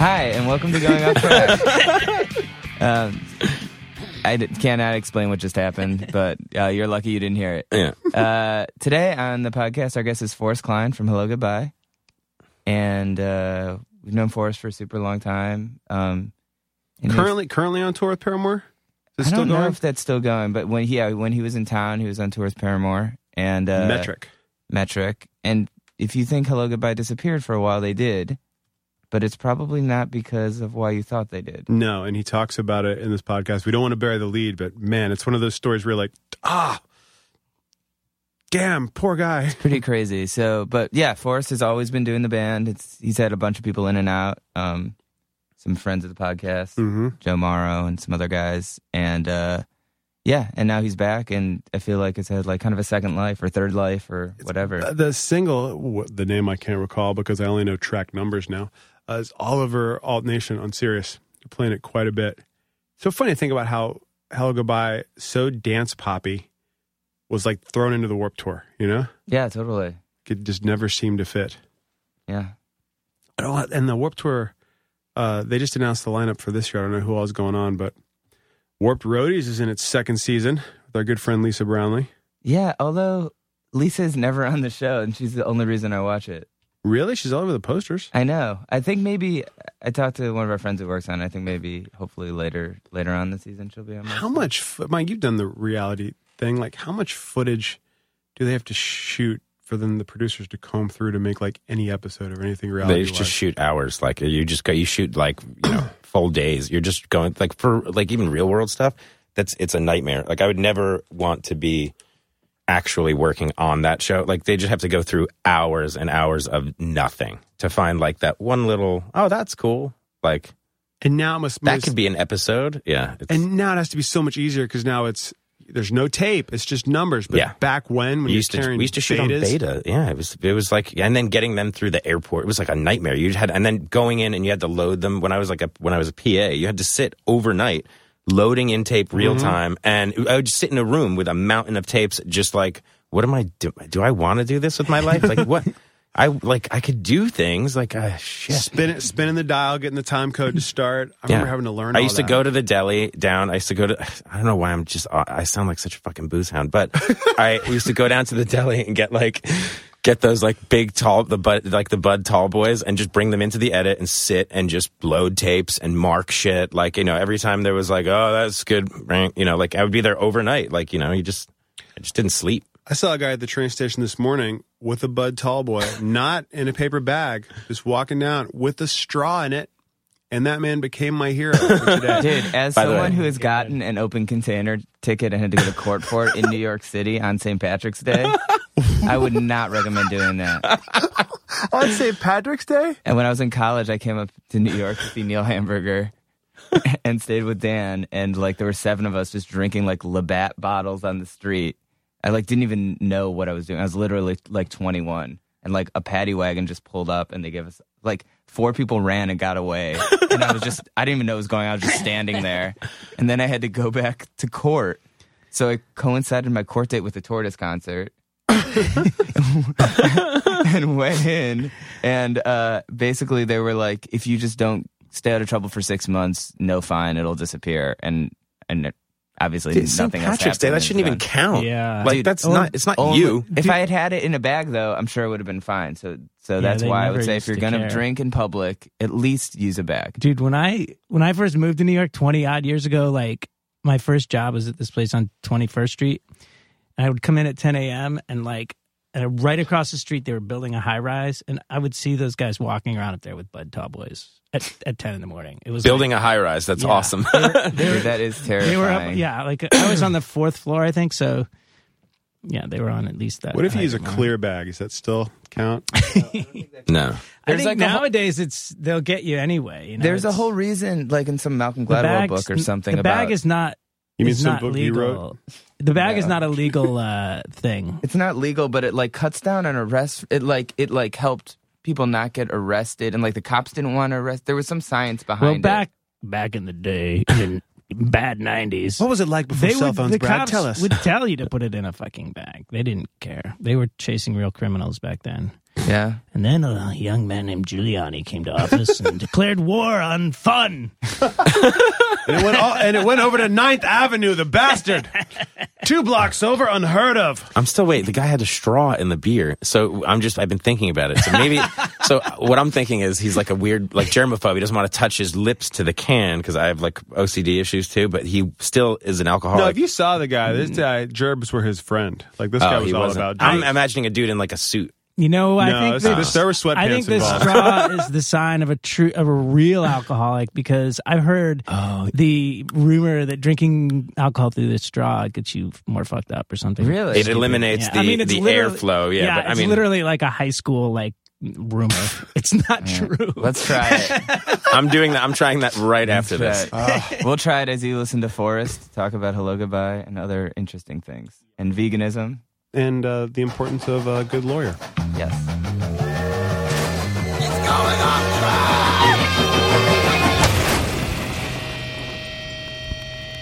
Hi, and welcome to Going Off Track. um, I d- cannot explain what just happened, but uh, you're lucky you didn't hear it. Yeah. Uh, today on the podcast, our guest is Forrest Klein from Hello Goodbye. And uh, we've known Forrest for a super long time. Um, and he was- Currently, currently on tour with Paramore. Is I it don't still know going? if that's still going, but when he, yeah, when he was in town, he was on tour with Paramore and uh, Metric. metric. And if you think Hello Goodbye disappeared for a while, they did. But it's probably not because of why you thought they did. No, and he talks about it in this podcast. We don't want to bury the lead, but man, it's one of those stories where you're like, ah, damn, poor guy. Pretty crazy. So, but yeah, Forrest has always been doing the band. It's he's had a bunch of people in and out. Um, some friends of the podcast, Mm-hmm. Joe Morrow, and some other guys. And uh, yeah, and now he's back, and I feel like it's had like kind of a second life or third life or whatever. Uh, the single, w- the name I can't recall because I only know track numbers now, uh, is Oliver Alt Nation on Sirius. They're playing it quite a bit. So funny to think about how Hello Goodbye, so dance poppy, was like thrown into the Warp Tour, you know? yeah, totally. It just never seemed to fit. Yeah, I don't, and the Warped Tour, uh, they just announced the lineup for this year. I don't know who all's going on, but Warped Roadies is in its second season with our good friend Lisa Brownlee. yeah. Although Lisa's never on the show, and she's the only reason I watch it. Really? She's all over the posters. I know. I think maybe I talked to one of our friends who works on. it. I think maybe hopefully later later on this season she'll be on. my How show. much, fo- Mike, you've done the reality thing. Like, how much footage do they have to shoot for them, the producers, to comb through to make like any episode or anything reality? They just shoot hours. Like you just go, you shoot like you know full days. You're just going like for like even real world stuff. That's it's a nightmare. Like I would never want to be actually working on that show. Like they just have to go through hours and hours of nothing to find like that one little oh that's cool. Like and now it must, that could be an episode. Yeah. It's, and now it has to be so much easier because now it's there's no tape, it's just numbers. But Yeah. back when, when we you're used to carrying we used to shoot on betas- beta. Yeah, it was it was like and then getting them through the airport. It was like a nightmare. You had and then going in and you had to load them. When I was like a when I was a PA, you had to sit overnight loading in tape real Mm-hmm. time, and I would just sit in a room with a mountain of tapes, just like what am I do? Do I want to do this with my life? Like what? I like I could do things like ah, shit. spinning spinning the dial, getting the time code to start. I remember having to learn. I all used that. to go to the deli down. I used to go to. I don't know why I'm just. uh, I sound like such a fucking booze hound, but I used to go down to the deli and get like get those like big tall the bud like the bud tall boys and just bring them into the edit and sit and just load tapes and mark shit like you know every time there was like oh that's good rank you know like I would be there overnight like you know you just I just didn't sleep I saw a guy at the train station this morning with a Bud Tallboy, not in a paper bag, just walking down with a straw in it, and that man became my hero for today. Dude, as By the someone way- who has gotten an open container ticket and had to go to court for it in New York City on St. Patrick's Day, I would not recommend doing that. On St. Patrick's Day, And when I was in college, I came up to New York to see Neil Hamburger and stayed with Dan. And like there were seven of us just drinking like Labatt bottles on the street. I like didn't even know what I was doing. I was literally like 21. And like a paddy wagon just pulled up and they gave us like four people ran and got away. And I was just, I didn't even know what was going on. I was just standing there. And then I had to go back to court. So it coincided my court date with the Tortoise concert and went in and uh, basically they were like if you just don't stay out of trouble for six months no fine it'll disappear and and it- obviously St. nothing else Patrick's Day happened that and shouldn't it's even done. Oh, count Yeah. like Dude, that's only- not it's not only- you if i had had it in a bag though i'm sure it would have been fine so so that's they why i never would say if used you're to gonna care. drink in public at least use a bag dude when i when i first moved to new york 20 odd years ago like my first job was at this place on 21st street and I would come in at 10 a.m. and like and right across the street they were building a high rise, and I would see those guys walking around up there with Bud Tallboys at, at 10 in the morning. It was like- Building a high rise. That's Yeah. awesome. They were- they Dude, were- that is terrifying. they were up, yeah, like I was on the fourth floor, I think. So yeah, they were on at least that. What if you height use a of mine. clear bag? Does that still count? no. I There's think like a whole- nowadays it's they'll get you anyway. You know, There's a it's- whole reason, like in some Malcolm the Gladwell bag's- book or something. The bag about, is not. You mean is some not book you legal. wrote? The bag is No. not a legal uh, thing. it's not legal, but it like cuts down on arrest. It like it like helped people not get arrested, and like the cops didn't want to arrest. There was some science behind Well, back back in the day, in bad nineties, was it like they would the cops would tell you to put it in a fucking bag. They didn't care. They were chasing real criminals back then. it. Yeah, And then a young man named Giuliani came to office and declared war on fun. and, it went all, and it went over to Ninth Avenue, the bastard. Two blocks over, unheard of. I'm still wait. The guy had a straw in the beer, so I'm just. I've been thinking about it. So maybe. so what I'm thinking is he's like a weird, like germaphobe. He doesn't want to touch his lips to the can because I have like OCD issues too. But he still is an alcoholic. No, if you saw the guy, this guy, Gerbs were his friend. Like this Mm. Oh, guy was he all wasn't. about I'm Gerbs. imagining a dude in like a suit. You know, I No, think this- that- this- there were sweatpants I think the involved. straw is the sign of a true of a real alcoholic because I've heard the rumor that drinking alcohol through the straw gets you more fucked up or something. really. It eliminates Yeah. the, the literally- airflow. Yeah, but I it's mean, literally like a high school like rumor. it's not true. Let's try it. I'm doing that. I'm trying that right after Let's this. try it. we'll try it as you listen to Forrest talk about hello goodbye and other interesting things and veganism. and uh, the importance of a good lawyer. Yes.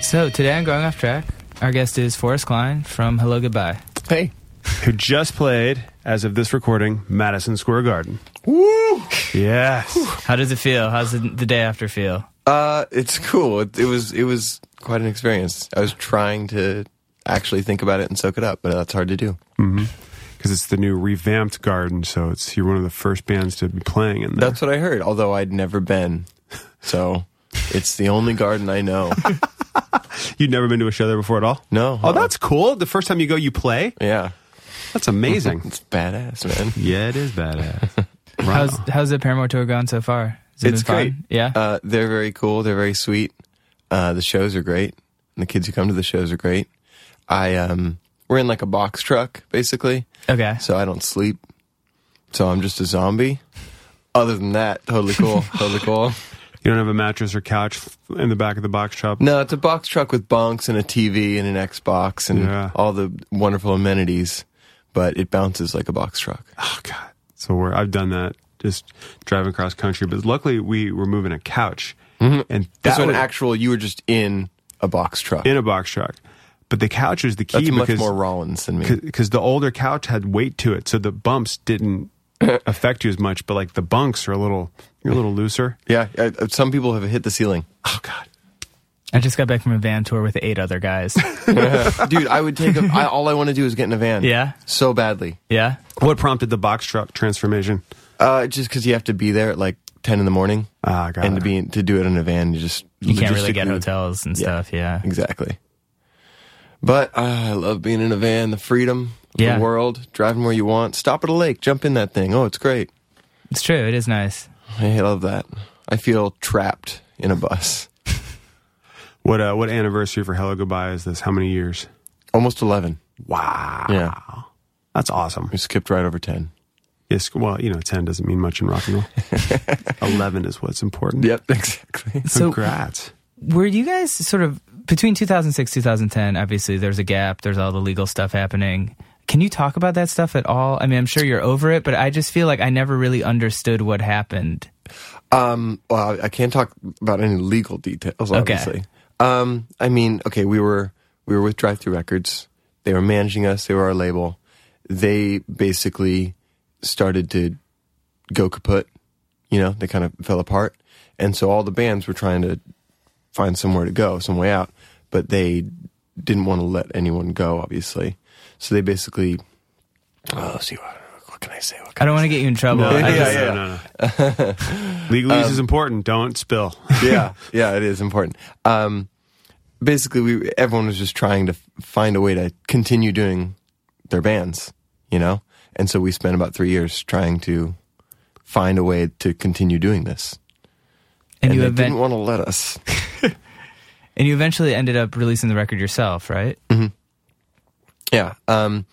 So today I'm going off track. Our guest is Forrest Klein from Hello Goodbye. Hey. Who just played, as of this recording, Madison Square Garden. Woo! Yes. How does it feel? How's the, the day after feel? Uh, it's cool. It, it was it was quite an experience. I was trying to actually think about it and soak it up, but that's hard to do. Because it's the new revamped garden, so it's you're one of the first bands to be playing in there. That's what I heard. Although I'd never been, so it's the only garden I know. You'd never been to a show there before at all? No. Oh, that's cool. The first time you go, you play? Yeah, That's amazing. it's badass, man. yeah, it is badass. Wow. How's how's the Paramore tour gone so far? Has it It's been great. Fun? Yeah. Uh, they're very cool. They're very sweet. Uh, the shows are great. And the kids who come to the shows are great. I um, we're in like a box truck basically, okay. so I don't sleep. So I'm just a zombie. Other than that, totally cool. totally cool. you don't have a mattress or couch in the back of the box shop? No, it's a box truck with bunks and a TV and an Xbox and Yeah. all the wonderful amenities, but it bounces like a box truck. Oh, God. So we're, I've done that just driving across country, but luckily we were moving a couch. And This that one was Mm-hmm. actual, you were just in a box truck. in a box truck. But the couch was the key That's much because more Rollins than me. because the older couch had weight to it, so the bumps didn't affect you as much. But like the bunks are a little, you're a little looser. Yeah, uh, uh, some people have hit the ceiling. Oh God, I just got back from a van tour with eight other guys. Dude, I would take a, I, all I want to do is get in a van. Yeah. So badly. yeah. what prompted the box truck transformation? Uh, just because you have to be there at like 10 in the morning. Ah, got And it. to be in, to do it in a van, you just You can't really get logistically- hotels and Yeah. stuff. Yeah. Exactly. But uh, I love being in a van, the freedom, of Yeah. the world, driving where you want. Stop at a lake, jump in that thing. Oh, it's great. It's true. It is nice. I love that. I feel trapped in a bus. What uh, what anniversary for Hello Goodbye is this? How many years? Almost 11. Wow, Yeah. that's awesome. We skipped right over 10. Yes, well, you know, ten doesn't mean much in rock and roll. Eleven is what's important. Yep, exactly. So- Congrats. Were you guys sort of between 2006 2010? Obviously, there's a gap. There's all the legal stuff happening. Can you talk about that stuff at all? I mean, I'm sure you're over it, but I just feel like I never really understood what happened. Um, well, I can't talk about any legal details, obviously. Um, I mean, okay, we were we were with Drive Through Records. They were managing us. They were our label. They basically started to go kaput. You know, they kind of fell apart, and so all the bands were trying to find somewhere to go, some way out, but they didn't want to let anyone go, obvioly. So they basically, oh, see, what, what can I say? What can I don't want to get you in trouble. I yeah, just- yeah. Um, no, no, no. Legalese is important. Don't spill. yeah, yeah, it is important. Um, basically we everyone was just trying to f- find a way to continue doing their bands, you know. And so we spent about three years trying to find a way to continue doing this, And, and, you they event- didn't want to let us. and you eventually ended up releasing the record yourself, right? Yeah. Um,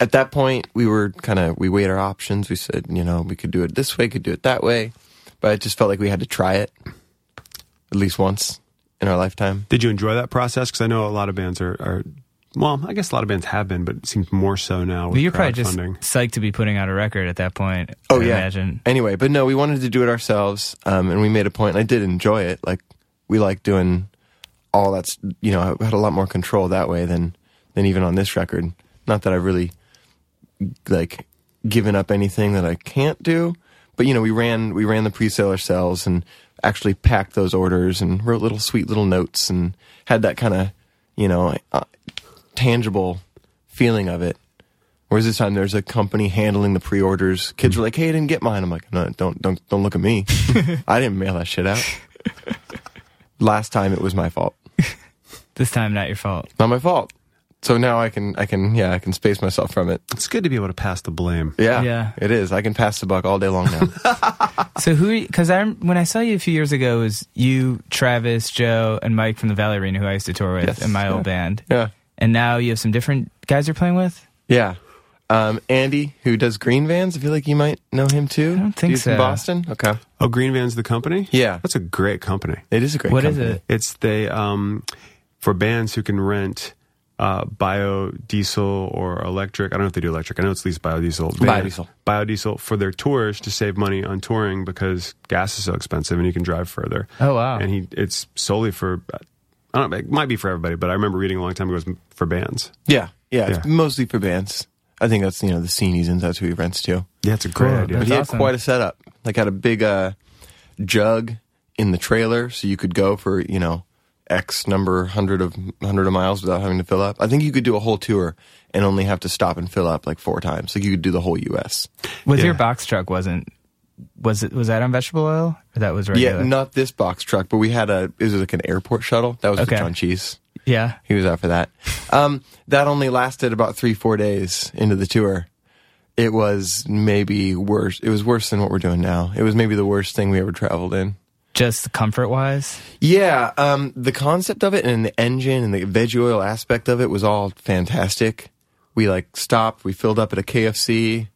at that point, we were kind of we weighed our options. We said, you know, we could do it this way, could do it that way, but it just felt like we had to try it at least once in our lifetime. Did you enjoy that process? Because I know a lot of bands are, are, well, I guess a lot of bands have been, but it seems more so now with But you're probably just crowdfunding. psyched to be putting out a record at that point. Oh I yeah. imagine. Anyway, but no, we wanted to do it ourselves, um, and we made a point. And I did enjoy it. Like we like doing all that's you know I had a lot more control that way than than even on this record. Not that I've really like given up anything that I can't do, but you know we ran we ran the pre-sale ourselves and actually packed those orders and wrote little sweet little notes and had that kind of you know uh, tangible feeling of it Whereas this time there's a company handling the pre-orders. Kids were like, "Hey, I didn't get mine." I'm like, "No, don't don't don't look at me. I didn't mail that shit out." Last time it was my fault. This time, not your fault. Not my fault. So now I can I can yeah, I can space myself from it. It's good to be able to pass the blame. Yeah. Yeah. It is. I can pass the buck all day long now. So who? Because I rem- when I saw you a few years ago, it was you, Travis, Joe, and Mike from the Valley Arena, who I used to tour with Yes. in my old band. yeah. And now you have some different guys you're playing with. Yeah. Um, Andy, who does green vans, I feel like you might know him too. I don't think He's from so. Boston. Okay. Oh, Green Van's the company? Yeah. That's a great company. It is a great What is company. it? It's they um, for bands who can rent uh, biodiesel or electric. I don't know if they do electric. I know it's at least biodiesel. Biodiesel. Biodiesel for their tours to save money on touring because gas is so expensive and you can drive further. Oh, wow. And he it's solely for. I don't. know, It might be for everybody, but I remember reading a long time ago it was for bands. Yeah. Yeah. It's Yeah. mostly for bands. I think that's you know the scene he's in, that's who he rents to. Yeah, it's a great Cool. idea. But That's he had awesome. quite a setup. Like had a big uh, jug in the trailer, so you could go for you know x number hundred of hundred of miles without having to fill up. I think you could do a whole tour and only have to stop and fill up like four times. Like you could do the whole U.S. Was Yeah. your box truck wasn't? Was it? Was that on vegetable oil? Or that was Yeah, regular? not this box truck, but we had a it was like an airport shuttle that was Okay. with John Cheese. Yeah. He was out for that. Um, that only lasted about three four days into the tour. It was maybe worse. It was worse than what we're doing now. It was maybe the worst thing we ever traveled in. Just comfort wise. Yeah, um, the concept of it and the engine and the veggie oil aspect of it was all fantastic. We like stopped, we filled up at a KFC.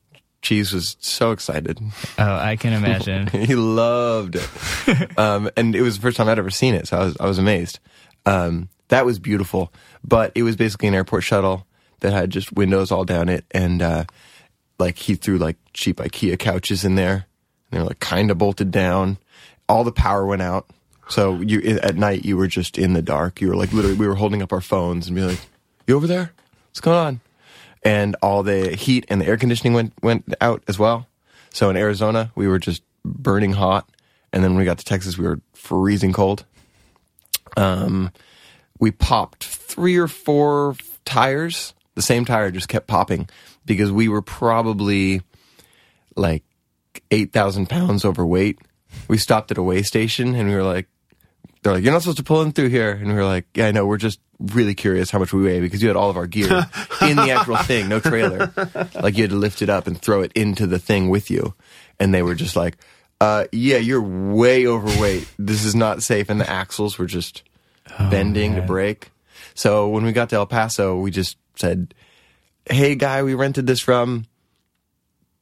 Cheese was so excited. Oh, I can imagine. he loved it. um, and it was the first time I'd ever seen it, so I was, I was amazed. Um, that was beautiful, but it was basically an airport shuttle that had just windows all down it. And uh, like he threw like cheap IKEA couches in there, and they were like kind of bolted down. All the power went out. So you i- at night you were just in the dark. You were like literally we were holding up our phones and be like, "You over there? What's going on?" And all the heat and the air conditioning went went out as well. So in Arizona we were just burning hot, and then when we got to Texas we were freezing cold. Um, we popped three or four tires. The same tire just kept popping because we were probably like 8,000 pounds overweight. We stopped at a weigh station and we were like, they're like, you're not supposed to pull in through here. And we were like, yeah, I know. We're just really curious how much we weigh because you had all of our gear in the actual thing, no trailer. Like you had to lift it up and throw it into the thing with you. And they were just like, uh, yeah, you're way overweight. This is not safe. And the axles were just bending to break. So when we got to El Paso, we just said, hey, guy, we rented this from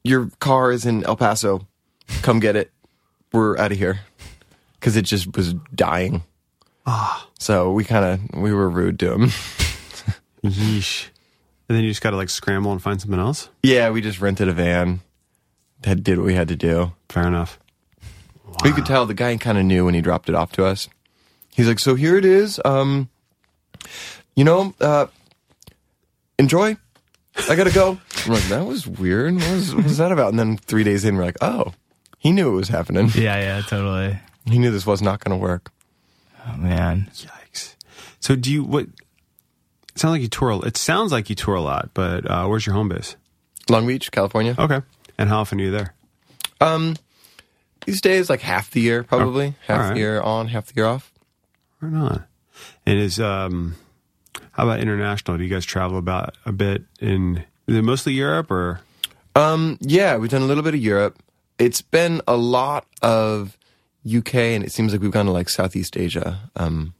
your car is in El Paso. Come get it. We're out of here because it just was dying. So we kind of we were rude to him. Yeesh. And then you just got to like scramble and find something else. yeah, we just rented a van. That did what we had to do. Fair enough. We could tell the guy kind of knew when he dropped it off to us. He's like, "So here it is. Um, you know, uh, enjoy. I gotta go." I'm like, "That was weird. What was, what was that about?" And then three days in, we're like, "Oh, he knew it was happening. yeah, yeah, totally. He knew this was not going to work." Oh man. Yikes. So do you what? It sounds like you tour. a- It sounds like you tour a lot, but uh, where's your home base? Long Beach, California. Okay. And how often are you there? Um, these days, like half the year, probably half alright. the year on, half the year off. Or not? It is. Um, how about international? Do you guys travel about a bit in? Is it mostly Europe or? Um, yeah, we've done a little bit of Europe. It's been a lot of UK, and it seems like we've gone to like Southeast Asia um,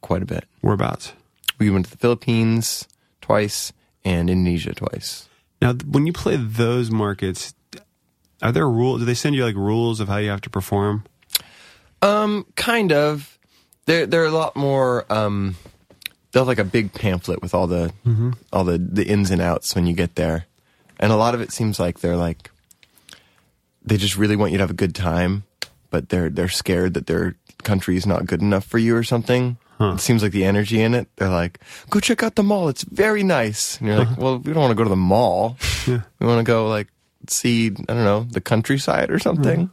quite a bit. Whereabouts? We went to the Philippines twice and Indonesia twice. Now, th- when you play those markets, are there rules? Do they send you like rules of how you have to perform? Um, kind of. They're they're a lot more. Um, they'll have like a big pamphlet with all the all the the ins and outs when you get there, and a lot of it seems like they're like they just really want you to have a good time, but they're they're scared that their country's not good enough for you or something. It seems like the energy in it. They're like, "Go check out the mall. It's very nice." And you're like, "Well, we don't want to go to the mall. We want to go like see I don't know the countryside or something."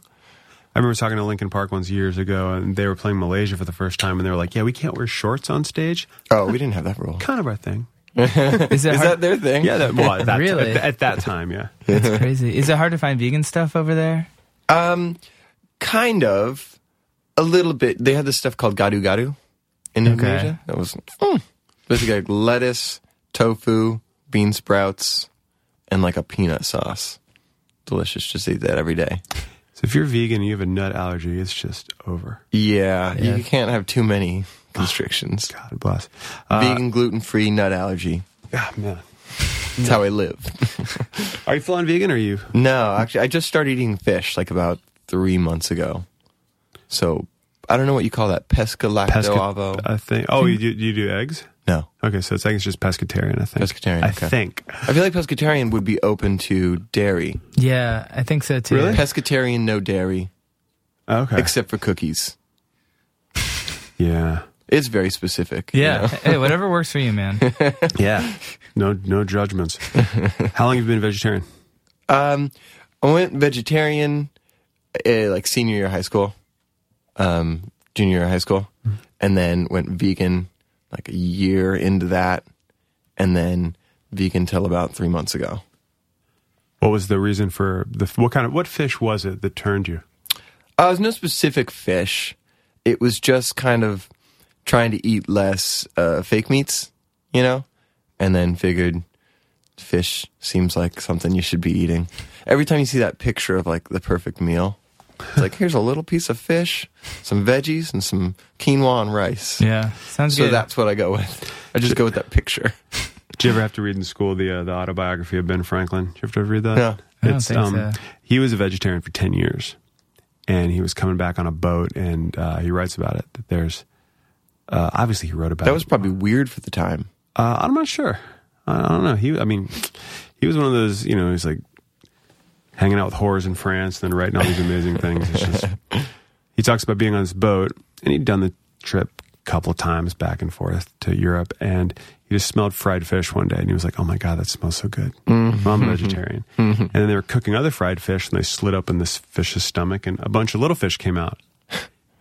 I remember talking to Lincoln Park ones years ago, and they were playing Malaysia for the first time, and they were like, "Yeah, we can't wear shorts on stage. Oh, we didn't have that rule. Kind of our thing." Is it Is hard, that their thing? Yeah, that, well, at that Really? at, at that time, yeah. that's crazy? Is it hard to find vegan stuff over there? Um, kind of, a little bit. They had this stuff called gadu gadu in Indonesia. That was mm, basically like lettuce, tofu, bean sprouts, and like a peanut sauce. Delicious. Just eat that every day. So if you're vegan, and you have a nut allergy. It's just over. Yeah, you can't have too many constrictions. God bless. Uh, Vegan, gluten free, nut allergy. ah, man. That's how I live. Are you full on vegan? Or are you? No, actually, I just started eating fish like about three months ago. So I don't know what you call that. Pesca uh, lacto ovo. I think. Oh, you do, you do eggs? no. Okay, so it's, I think it's just pescatarian. I think Pescatarian, I okay. think. I feel like pescatarian would be open to dairy. Yeah, I think so too. Pescatarian, no dairy, Okay. except for cookies. yeah. It's very specific. Yeah. hey, whatever works for you, man. Yeah. No, no judgments. How long have you been vegetarian? Um, I went vegetarian uh, like senior year of high school, um, junior year of high school, Hmm. and then went vegan like a year into that, and then vegan till about three months ago. What was the reason for the? What kind of what fish was it that turned you? Uh, it was no specific fish. It was just kind of trying to eat less uh, fake meats, you know, and then figured fish seems like something you should be eating. Every time you see that picture of like the perfect meal, it's like here's a little piece of fish, some veggies, and some quinoa and rice. Yeah, sounds So good. that's what I go with. I just go with that picture. Did you ever have to read in school the uh, the autobiography of Ben Franklin? Did you ever read that? um, No. I don't think so. He was a vegetarian for ten years, and he was coming back on a boat, and uh, he writes about it. That there's uh, obviously he wrote about That it. was probably weird for the time. Uh, I'm not sure. I I don't know. He, I mean, he was one of those. You know, he's like hanging out with whores in France, and then writing all these amazing things. It's just he talks about being on this boat, and he'd done the trip a couple times back and forth to Europe, and he just smelled fried fish one day, and he was like, "Oh my god, that smells so good." Well, I'm a vegetarian, and then they were cooking other fried fish, and they slid open this fish's stomach, and a bunch of little fish came out,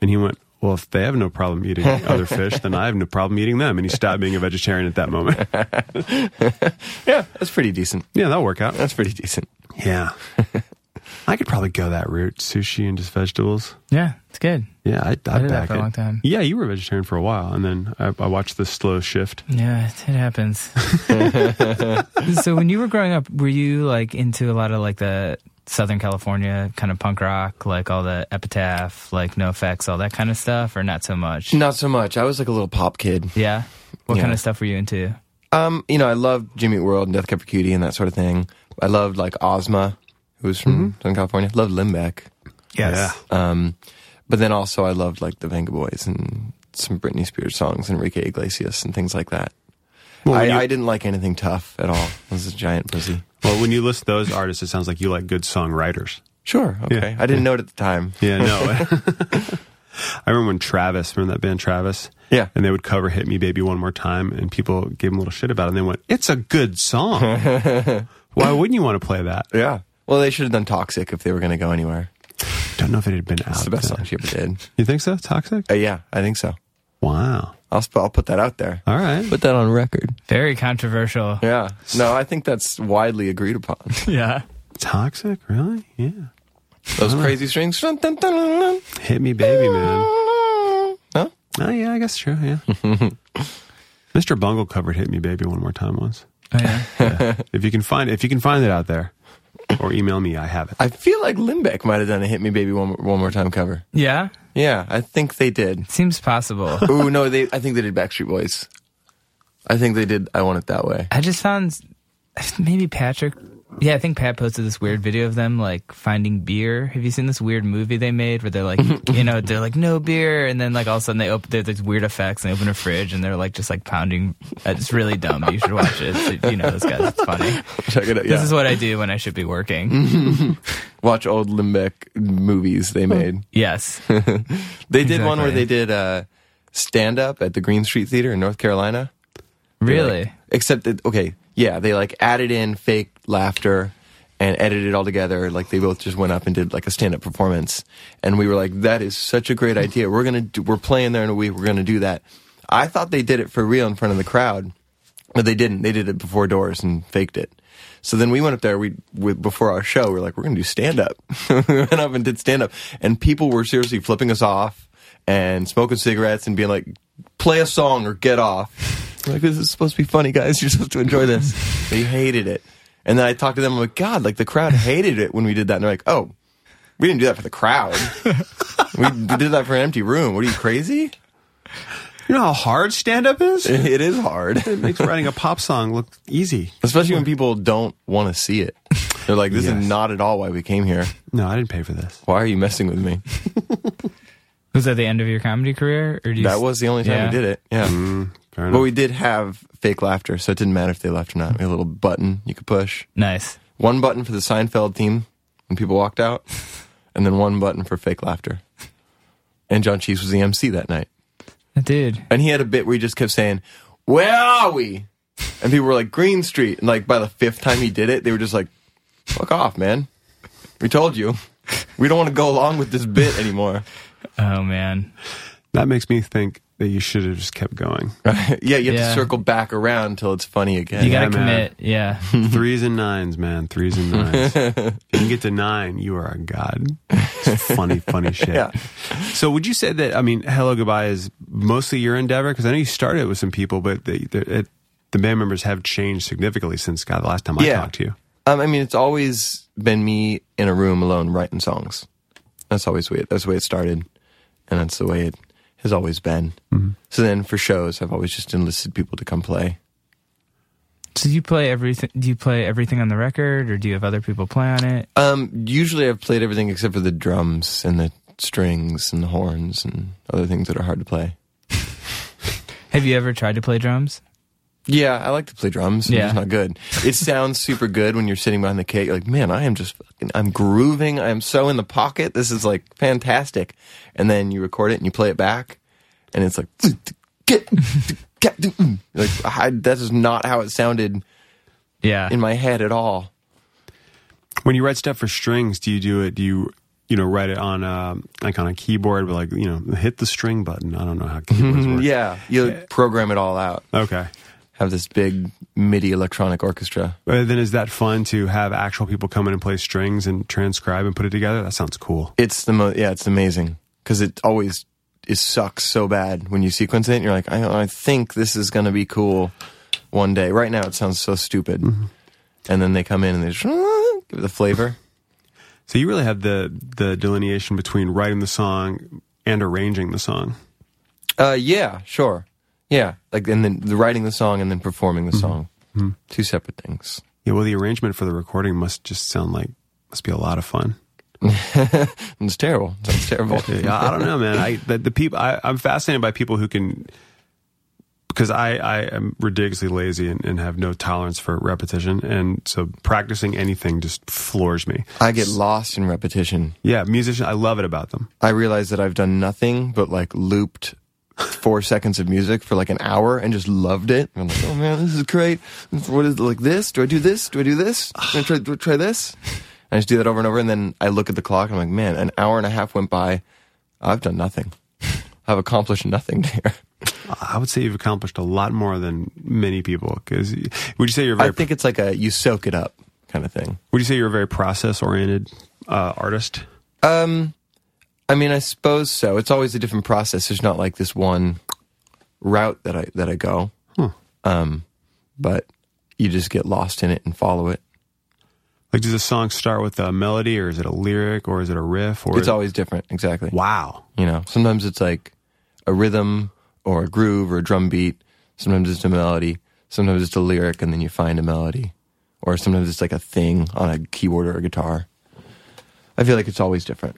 and he went. Well, if they have no problem eating other fish, then I have no problem eating them. And he stopped being a vegetarian at that moment. Yeah, that's pretty decent. Yeah, that'll work out. That's pretty decent. Yeah. I could probably go that route sushi and just vegetables. yeah, it's good. Yeah, I, I'd I did that back for a it. long time. Yeah, you were a vegetarian for a while, and then I, I watched the slow shift. Yeah, it it happens. so when you were growing up, were you like into a lot of like the Southern California kind of punk rock, like all the Epitaph, like No Effects, all that kind of stuff, or not so much? Not so much. I was like a little pop kid. Yeah. What kind Yeah. of stuff were you into? Um, you know, I loved Jimmy Eat World and Death Cab for Cutie and that sort of thing. I loved like Ozma, who was from Southern California. Loved Limbeck. Um, but then also I loved like the Venga Boys and some Britney Spears songs and Enrique Iglesias and things like that. Well, I, when, you, I didn't like anything tough at all. I was a giant pussy. well, when you list those artists, it sounds like you like good songwriters. Sure. Okay. Yeah. I didn't know it at the time. Yeah, no. I remember when Travis, remember that band Travis? Yeah. And they would cover Hit Me Baby One More Time, and people gave them a little shit about it, and they went, It's a good song. Why wouldn't you want to play that? Yeah. Well, they should have done Toxic if they were going to go anywhere. Don't know if it had been out. It's the best then. song she ever did. You think so? Toxic? Uh, yeah, I think so. Wow. I'll, sp- I'll put that out there. All right. Put that on record. Very controversial. Yeah. No, I think that's widely agreed upon. Yeah. Toxic? Really? Yeah. Those crazy strings. Dun, dun, dun, dun, dun. Hit me, baby, man. No? Oh yeah, I guess true. Yeah. Mr. Bungle covered "Hit Me, Baby" one more time once. Oh, yeah. If you can find, if you can find it out there, or email me, I have it. I feel like Limbeck might have done a "Hit Me, Baby" one, More- one more time cover. yeah? Yeah, I think they did. Seems possible. Ooh, no, they. I think they did Backstreet Boys. I think they did. I want it that way. I just found maybe Patrick. Yeah, I think Pat posted this weird video of them like finding beer. Have you seen this weird movie they made where they're like, you know, they're like no beer, and then like all of a sudden they open there's these weird effects and they open a fridge and they're like just like pounding. uh, It's really dumb. You should watch it. It's- you know, this guy's it's funny. Check it out. This Yeah. is what I do when I should be working. Watch old Limbeck movies they made. Yes. They did one where Exactly. they did uh, stand up at the Green Street Theater in North Carolina. Really? Except that, okay, yeah, they like added in fake laughter and edited it all together. Like they both just went up and did like a stand up performance. And we were like, that is such a great idea. We're going to, do we're playing there in a week. We're going to do that. I thought they did it for real in front of the crowd, but they didn't. They did it before doors and faked it. So then we went up there. We, we before our show, we were like, we're going to do stand up. we went up and did stand up, and people were seriously flipping us off and smoking cigarettes and being like, "Play a song or get off." We're like this is supposed to be funny, guys. You're supposed to enjoy this. They hated it. And then I talked to them. I'm like, God, like the crowd hated it when we did that. And they're like, Oh, we didn't do that for the crowd. we did that for an empty room. What are you crazy? You know how hard stand up is? It It is hard. makes writing a pop song look easy. Especially when people don't want to see it. They're like, this Yes. is not at all why we came here. No, I didn't pay for this. Why are you messing with me? Was that the end of your comedy career? Or do you That was the only time Yeah. we did it. Yeah. Fair But enough. we did have fake laughter, so it didn't matter if they laughed or not. We had a little button you could push. nice. One button for the Seinfeld theme when people walked out, and then one button for fake laughter. And John Cheese was the MC that night. Dude, And he had a bit where he just kept saying, Where are we? And people were like, Green Street. And like by the fifth time he did it, they were just like, Fuck off, man. We told you. We don't want to go along with this bit anymore. oh man, that makes me think that you should have just kept going. yeah, you have Yeah. to circle back around until it's funny again. you gotta man. commit. Yeah, Threes and nines, man. Threes and nines. if you can get to nine, you are a god. It's funny, funny shit. Yeah. So, would you say that? I mean, hello, goodbye is mostly your endeavor because I know you started with some people, but they, they, it, the band members have changed significantly since God, the last time I Yeah. talked to you. Um, I mean, it's always been me in a room alone writing songs. That's always the way, that's the way it started, and that's the way it has always been. Mm-hmm. So then for shows, I've always just enlisted people to come play. So you play everything? Do you play everything on the record, or do you have other people play on it? Um, usually, I've played everything except for the drums and the strings and the horns and other things that are hard to play. Have you ever tried to play drums? Yeah, I like to play drums. I'm Yeah. just not good. It sounds super good when you're sitting behind the kit. You're like, man, I am just, fucking, I'm grooving. I am so in the pocket. This is like fantastic. And then you record it and you play it back, and it's like, mm." like I, that is not how it sounded Yeah. in my head at all. When you write stuff for strings, do you do it? Do you you know write it on a, like on a keyboard with like you know hit the string button? I don't know how keyboards work. Yeah, you program it all out. Okay. Have this big MIDI electronic orchestra. But then is that fun to have actual people come in and play strings and transcribe and put it together? That sounds cool. It's the mo- yeah, it's amazing because it always it sucks so bad when you sequence it. And you're like, I, I think this is gonna be cool one day. Right now, it sounds so stupid, and then they come in and they just give it the flavor. So you really have the the delineation between writing the song and arranging the song. Uh, yeah, sure, yeah. Like and then the writing the song and then performing the song, two separate things. Yeah, well, the arrangement for the recording must just sound like must be a lot of fun. And it's terrible. It sounds terrible. Yeah, I don't know, man. I the, the people I, I'm fascinated by people who can because I, I am ridiculously lazy and, and have no tolerance for repetition, and so practicing anything just floors me. I get lost in repetition. Yeah, musician, I love it about them. I realize that I've done nothing but like looped four seconds of music for like an hour and just loved it. I'm like, oh man, this is great. What is like this? Do I do this? Do I do this? Do I try, do I try this? And I just do that over and over. And then I look at the clock and I'm like, man, an hour and a half went by. I've done nothing. I've accomplished nothing here. I would say you've accomplished a lot more than many people. Because would you say you're a I very think it's like a you soak it up kind of thing. would you say you're a very process oriented uh, artist? Um, I mean, I suppose so. It's always a different process. There's not like this one route that I that I go. Um, but you just get lost in it and follow it. Like, does a song start with a melody, or is it a lyric, or is it a riff? Or it's always different, exactly. wow. You know, sometimes it's like a rhythm or a groove or a drum beat. Sometimes it's a melody. Sometimes it's a lyric, and then you find a melody. Or sometimes it's like a thing on a keyboard or a guitar. I feel like it's always different.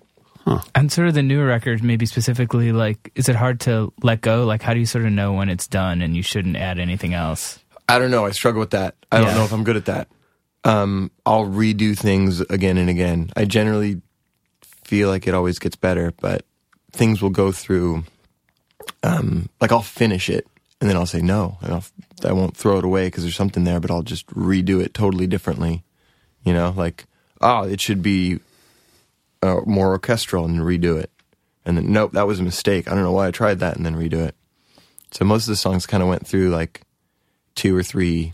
And sort of the newer records, maybe specifically, like, is it hard to let go? Like, how do you sort of know when it's done and you shouldn't add anything else? I don't know. I struggle with that. I Yeah. don't know if I'm good at that. Um, I'll redo things again and again. I generally feel like it always gets better, but things will go through. Um, like I'll finish it and then I'll say no, and I'll, I won't throw it away because there's something there, but I'll just redo it totally differently. You know, like oh, it should be uh, more orchestral and redo it, and then nope, that was a mistake. I don't know why I tried that and then redo it. So most of the songs kind of went through like two or three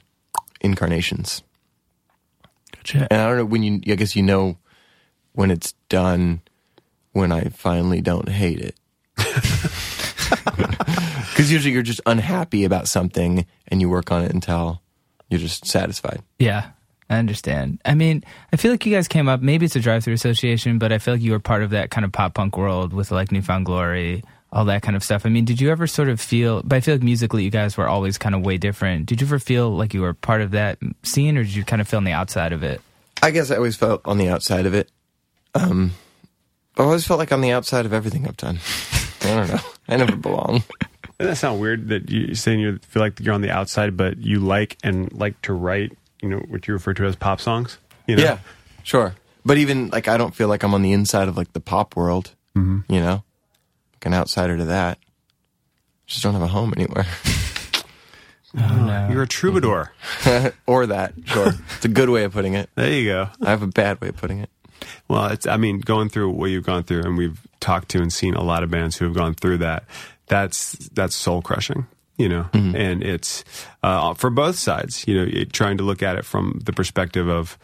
incarnations. Gotcha. And I don't know when you, I guess you know when it's done when I finally don't hate it. Because usually you're just unhappy about something and you work on it until you're just satisfied. Yeah, I understand. I mean, I feel like you guys came up, maybe it's a drive through association, but I feel like you were part of that kind of pop punk world with like Newfound Glory, all that kind of stuff. I mean, did you ever sort of feel, but I feel like musically you guys were always kind of way different. Did you ever feel like you were part of that scene or did you kind of feel on the outside of it? I guess I always felt on the outside of it. Um, I always felt like on the outside of everything I've done. I don't know. I never belong. Doesn't that sound weird that you're saying you feel like you're on the outside, but you like and like to write, you know, what you refer to as pop songs? You know? Yeah, sure. But even like, I don't feel like I'm on the inside of like the pop world. You know, like an outsider to that. Just don't have a home anywhere, You're a troubadour. Mm-hmm. or that. Sure, it's a good way of putting it. There you go. I have a bad way of putting it. Well, it's, I mean, going through what you've gone through, and we've talked to and seen a lot of bands who have gone through that. That's that's soul crushing, you know. Mm-hmm. And it's uh, for both sides, you know, it, trying to look at it from the perspective of.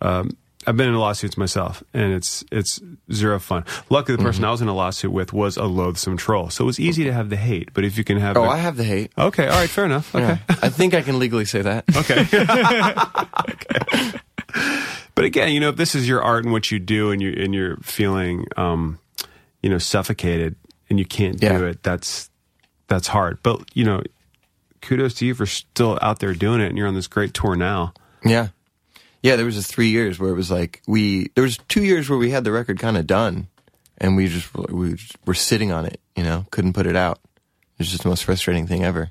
Um, I've been in lawsuits myself, and it's it's zero fun. Luckily, the Mm-hmm. person I was in a lawsuit with was a loathsome troll, so it was easy to have the hate. But if you can have, Oh, the- I have the hate. okay, all right, fair enough. Okay, Yeah. I think I can legally say that. Okay. But again, you know, if this is your art and what you do, and you and you're feeling, um, you know, suffocated and you can't Yeah. do it, that's that's hard. But you know, kudos to you for still out there doing it, and you're on this great tour now. Yeah. Yeah, there was just three years where it was like we there was two years where we had the record kind of done, and we just we just were sitting on it, you know, couldn't put it out. It was just the most frustrating thing ever.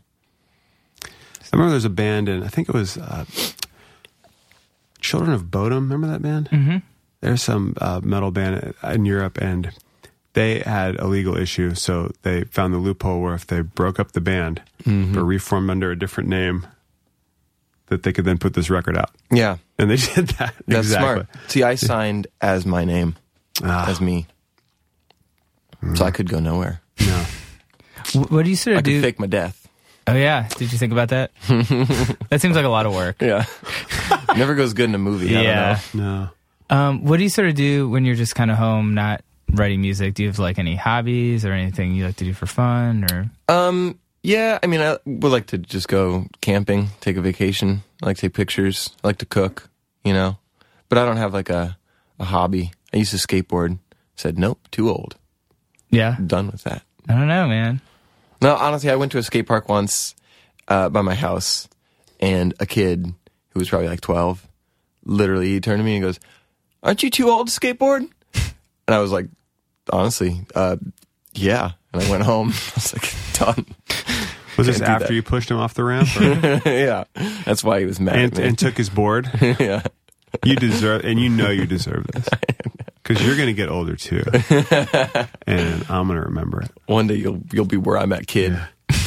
I remember there's a band, and I think it was uh, Children of Bodom. Remember that band? Mm-hmm. There's some uh, metal band in Europe, and they had a legal issue, so they found the loophole where if they broke up the band Mm-hmm. but reformed under a different name, that they could then put this record out. Yeah, And they did that. that's exactly. smart. See, I signed as my name, as me, so I could go nowhere. No. Wh- What do you sort I of do? could fake my death. oh, yeah. Did you think about that? that seems like a lot of work. Yeah, never goes good in a movie. I don't know. No. Um, what do you sort of do when you're just kind of home, not writing music? Do you have like any hobbies or anything you like to do for fun? Or Um, yeah, I mean, I would like to just go camping, take a vacation. I like to take pictures. I like to cook, you know, but I don't have like a, a hobby. I used to skateboard. Said nope, too old. yeah, Done with that. I don't know, man. No, honestly, I went to a skate park once uh, by my house, and a kid who was probably like twelve, literally, he turned to me and goes, "Aren't you too old to skateboard?" And I was like, honestly, uh, yeah. And I went home. I was like, done. Was this Can't do after that. you pushed him off the ramp or- yeah, that's why he was mad and, at me. and took his board? yeah, You deserve, and you know you deserve this. Because you're going to get older too. and I'm going to remember it. one day you'll you'll be where I'm at, kid. Yeah,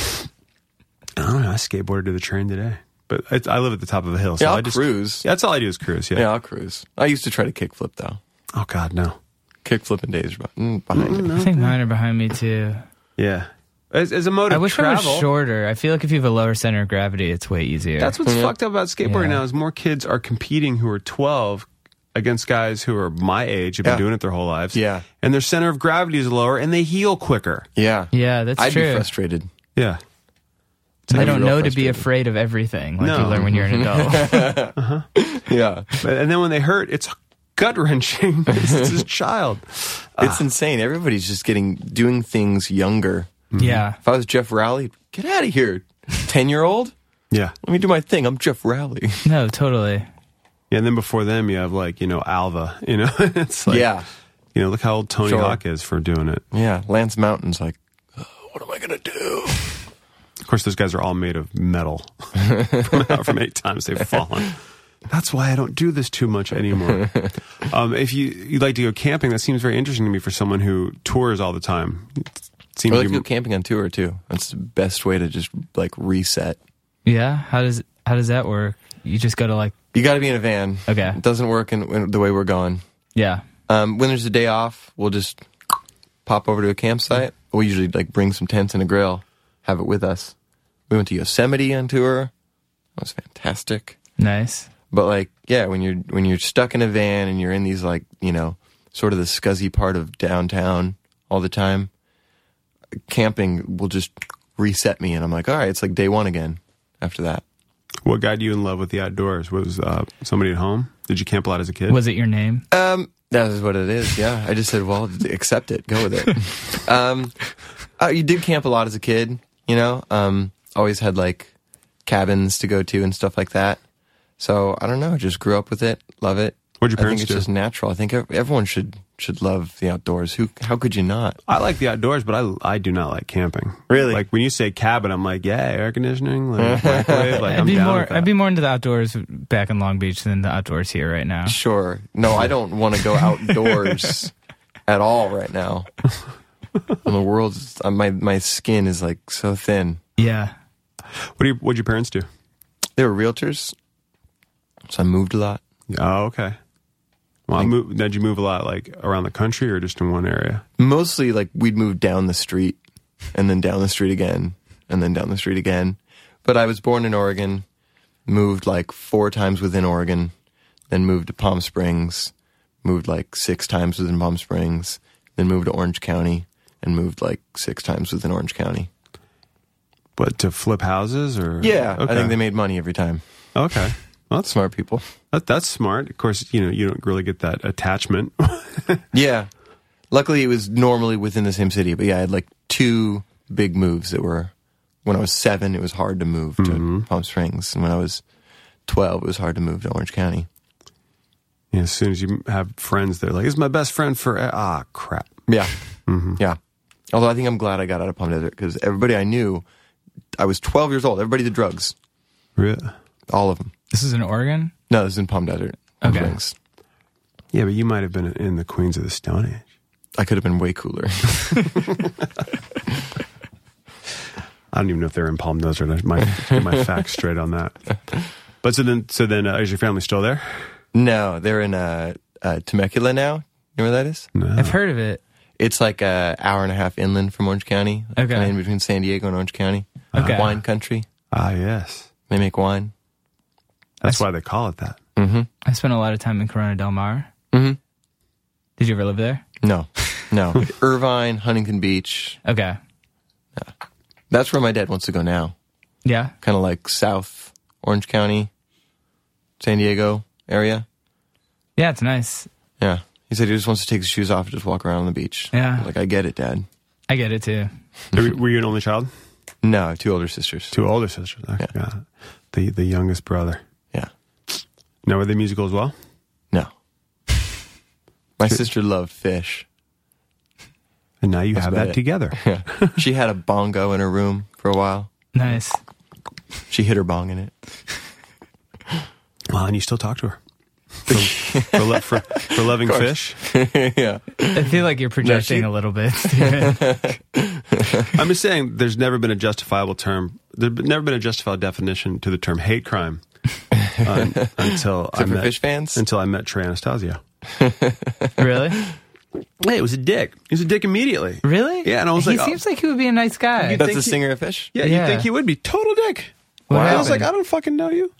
I don't know. I skateboarded to the train today, but it's, I live at the top of a hill, so I'll I just cruise. Yeah. Yeah, that's all I do is cruise. Yeah. I'll cruise. I used to try to kickflip though. Oh God, no. Kickflipping days are mm, behind me. I think mine are behind me too. Yeah. As, as a mode I of wish I travel, was shorter. I feel like if you have a lower center of gravity, it's way easier. that's what's fucked up about skateboarding Yeah. now is more kids are competing who are 12 against guys who are my age who've been Yeah. doing it their whole lives. Yeah. And their center of gravity is lower, and they heal quicker. Yeah, yeah, that's I'd true. be frustrated. Yeah. It's I like don't real know to be frustrating. afraid of everything like you No. learn when you're an adult. Yeah. But- And then when they hurt, it's gut wrenching. it's his child. It's insane. Everybody's just getting doing things younger. yeah. If I was Jeff Rowley, get out of here. 10 year old? Yeah. Let me do my thing. I'm Jeff Rowley. No, totally. Yeah, and then before them, you have like you know Alva. You know, it's like yeah. you know, look how old Tony Sure. Hawk is for doing it. Yeah. Lance Mountain's like, "Uh, what am I going to do? Of course, those guys are all made of metal from how from eight times they've fallen. That's why I don't do this too much anymore. Um, if you you like to go camping, that seems very interesting to me for someone who tours all the time. It I seems like to to be- go camping on tour too. That's the best way to just like reset. Yeah. How does how does that work? You just go to like You got to be in a van. Okay. It doesn't work in, in the way we're going. yeah. Um, when there's a day off, we'll just pop over to a campsite. We usually like bring some tents and a grill, have it with us. We went to Yosemite on tour. That was fantastic. Nice. But like, yeah, when you're when you're stuck in a van and you're in these like, you know, sort of the scuzzy part of downtown all the time, camping will just reset me, and I'm like, all right, it's like day one again. After that, what got you in love with the outdoors? Was uh, somebody at home? Did you camp a lot as a kid? Was it your name? um, that is what it is. Yeah, I just said, well, accept it, go with it. um, uh, you did camp a lot as a kid, you know. Um, always had like cabins to go to and stuff like that. So I don't know, just grew up with it, love it. What'd your I think parents it's do? just natural. I think ev- everyone should should love the outdoors. Who? How could you not? I like the outdoors, but I I do not like camping. Really? Like when you say cabin, I'm like, yeah, air conditioning, like microwave. Like I'd I'm be down more with that. I'd be more into the outdoors back in Long Beach than the outdoors here right now. Sure. No, I don't want to go outdoors at all right now. And the world's uh, my my skin is like so thin. Yeah. what do you, what'd your parents do? They were realtors, so I moved a lot. Oh, okay. Well, I moved, did you move a lot, like around the country, or just in one area? mostly like we'd move down the street and then down the street again and then down the street again. But I was born in Oregon, moved like four times within Oregon, then moved to Palm Springs, moved like six times within Palm Springs, then moved to Orange County and moved like six times within Orange County. But to flip houses, or Yeah, okay, I think they made money every time. okay. Well, that's Smart people. that, that's smart. Of course, you know you don't really get that attachment. Yeah. Luckily, it was normally within the same city, but yeah, I had like two big moves that were when I was seven, it was hard to move to Palm Springs. And when I was 12, it was hard to move to Orange County. You know, as soon as you have friends, they're like, "It's my best friend for ah crap." Yeah. Yeah. Although I think I'm glad I got out of Palm Desert because everybody I knew, I was 12 years old. Everybody did drugs, Re- all of them. This is in Oregon? No, this is in Palm Desert. Palm Okay. Springs. Yeah, but you might have been in the Queens of the Stone Age. I could have been way cooler. I don't even know if they're in Palm Desert. I might get my facts straight on that. But so then, so then, uh, is your family still there? no, they're in uh, uh, Temecula now. You know where that is? No. I've heard of it. It's like an hour and a half inland from Orange County, Okay. kinda in between San Diego and Orange County. Uh, Okay. Wine country. Ah, yes, They make wine. that's why they call it that. I spent a lot of time in Corona Del Mar. Mm-hmm. Mhm. Did you ever live there? No, no. Irvine, Huntington Beach. Okay. That's where my dad wants to go now. Yeah. Kind of like South Orange County, San Diego area. Yeah, it's nice. Yeah. He said he just wants to take his shoes off and just walk around on the beach. Yeah. Like, I get it, Dad. I get it too. Were were you an only child? No, I have two older sisters. Two older sisters. Okay. got it. The the youngest brother. Yeah. Now were they musical as well? No. My sister loved fish. And now you have about that it. together. Yeah. she had a bongo in her room for a while. Nice. She hit her bong in it. Wow, and you still talk to her for for, lo- for, for loving fish. yeah. I feel like you're projecting a little bit. Steven. I'm just saying, there's never been a justifiable term. There's never been a justifiable definition to the term hate crime un- until I Except for met fish fans? until I met Trey Anastasia. really? Hey, it was a dick. He was a dick immediately. Really? Yeah, and I was he like, oh. seems like he would be a nice guy. That's think the he- singer of fish? Yeah, Yeah. you think he would be total dick? What I was happened? like, I don't fucking know you.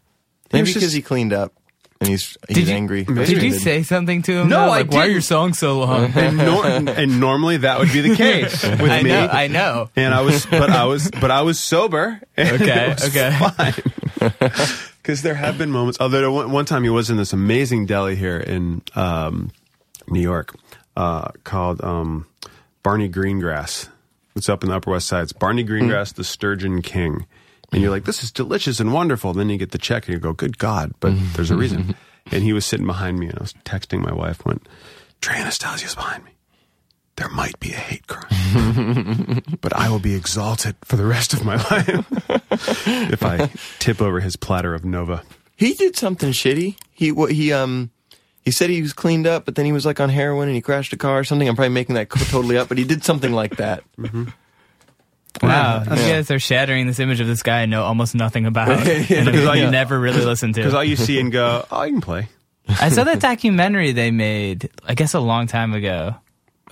Maybe was because just- he cleaned up. and he's he's you- angry. Did you say something to him? No, though? I like why are didn't. your songs so long? and, nor- and normally that would be the case with I me. know, I know. and I was, but I was, but I was sober. and Okay, it was okay. Because there have been moments. Although there- one, one time he was in this amazing deli here in um, New York uh, called um, Barney Greengrass. It's up in the Upper West Side. It's Barney Greengrass, the Sturgeon King. And you're like, this is delicious and wonderful. Then you get the check and you go, good God, but there's a reason. and he was sitting behind me and I was texting my wife, went, Trey Anastasia's behind me. There might be a hate crime, but I will be exalted for the rest of my life if I tip over his platter of Nova. He did something shitty. He what he um he said he was cleaned up, but then he was like on heroin and he crashed a car or something. I'm probably making that co- totally up, but he did something like that. Wow, you guys are shattering this image of this guy I know almost nothing about, and because I- I've never really listened Because to. all you see and go, oh, I can play. I saw that documentary they made, I guess, a long time ago.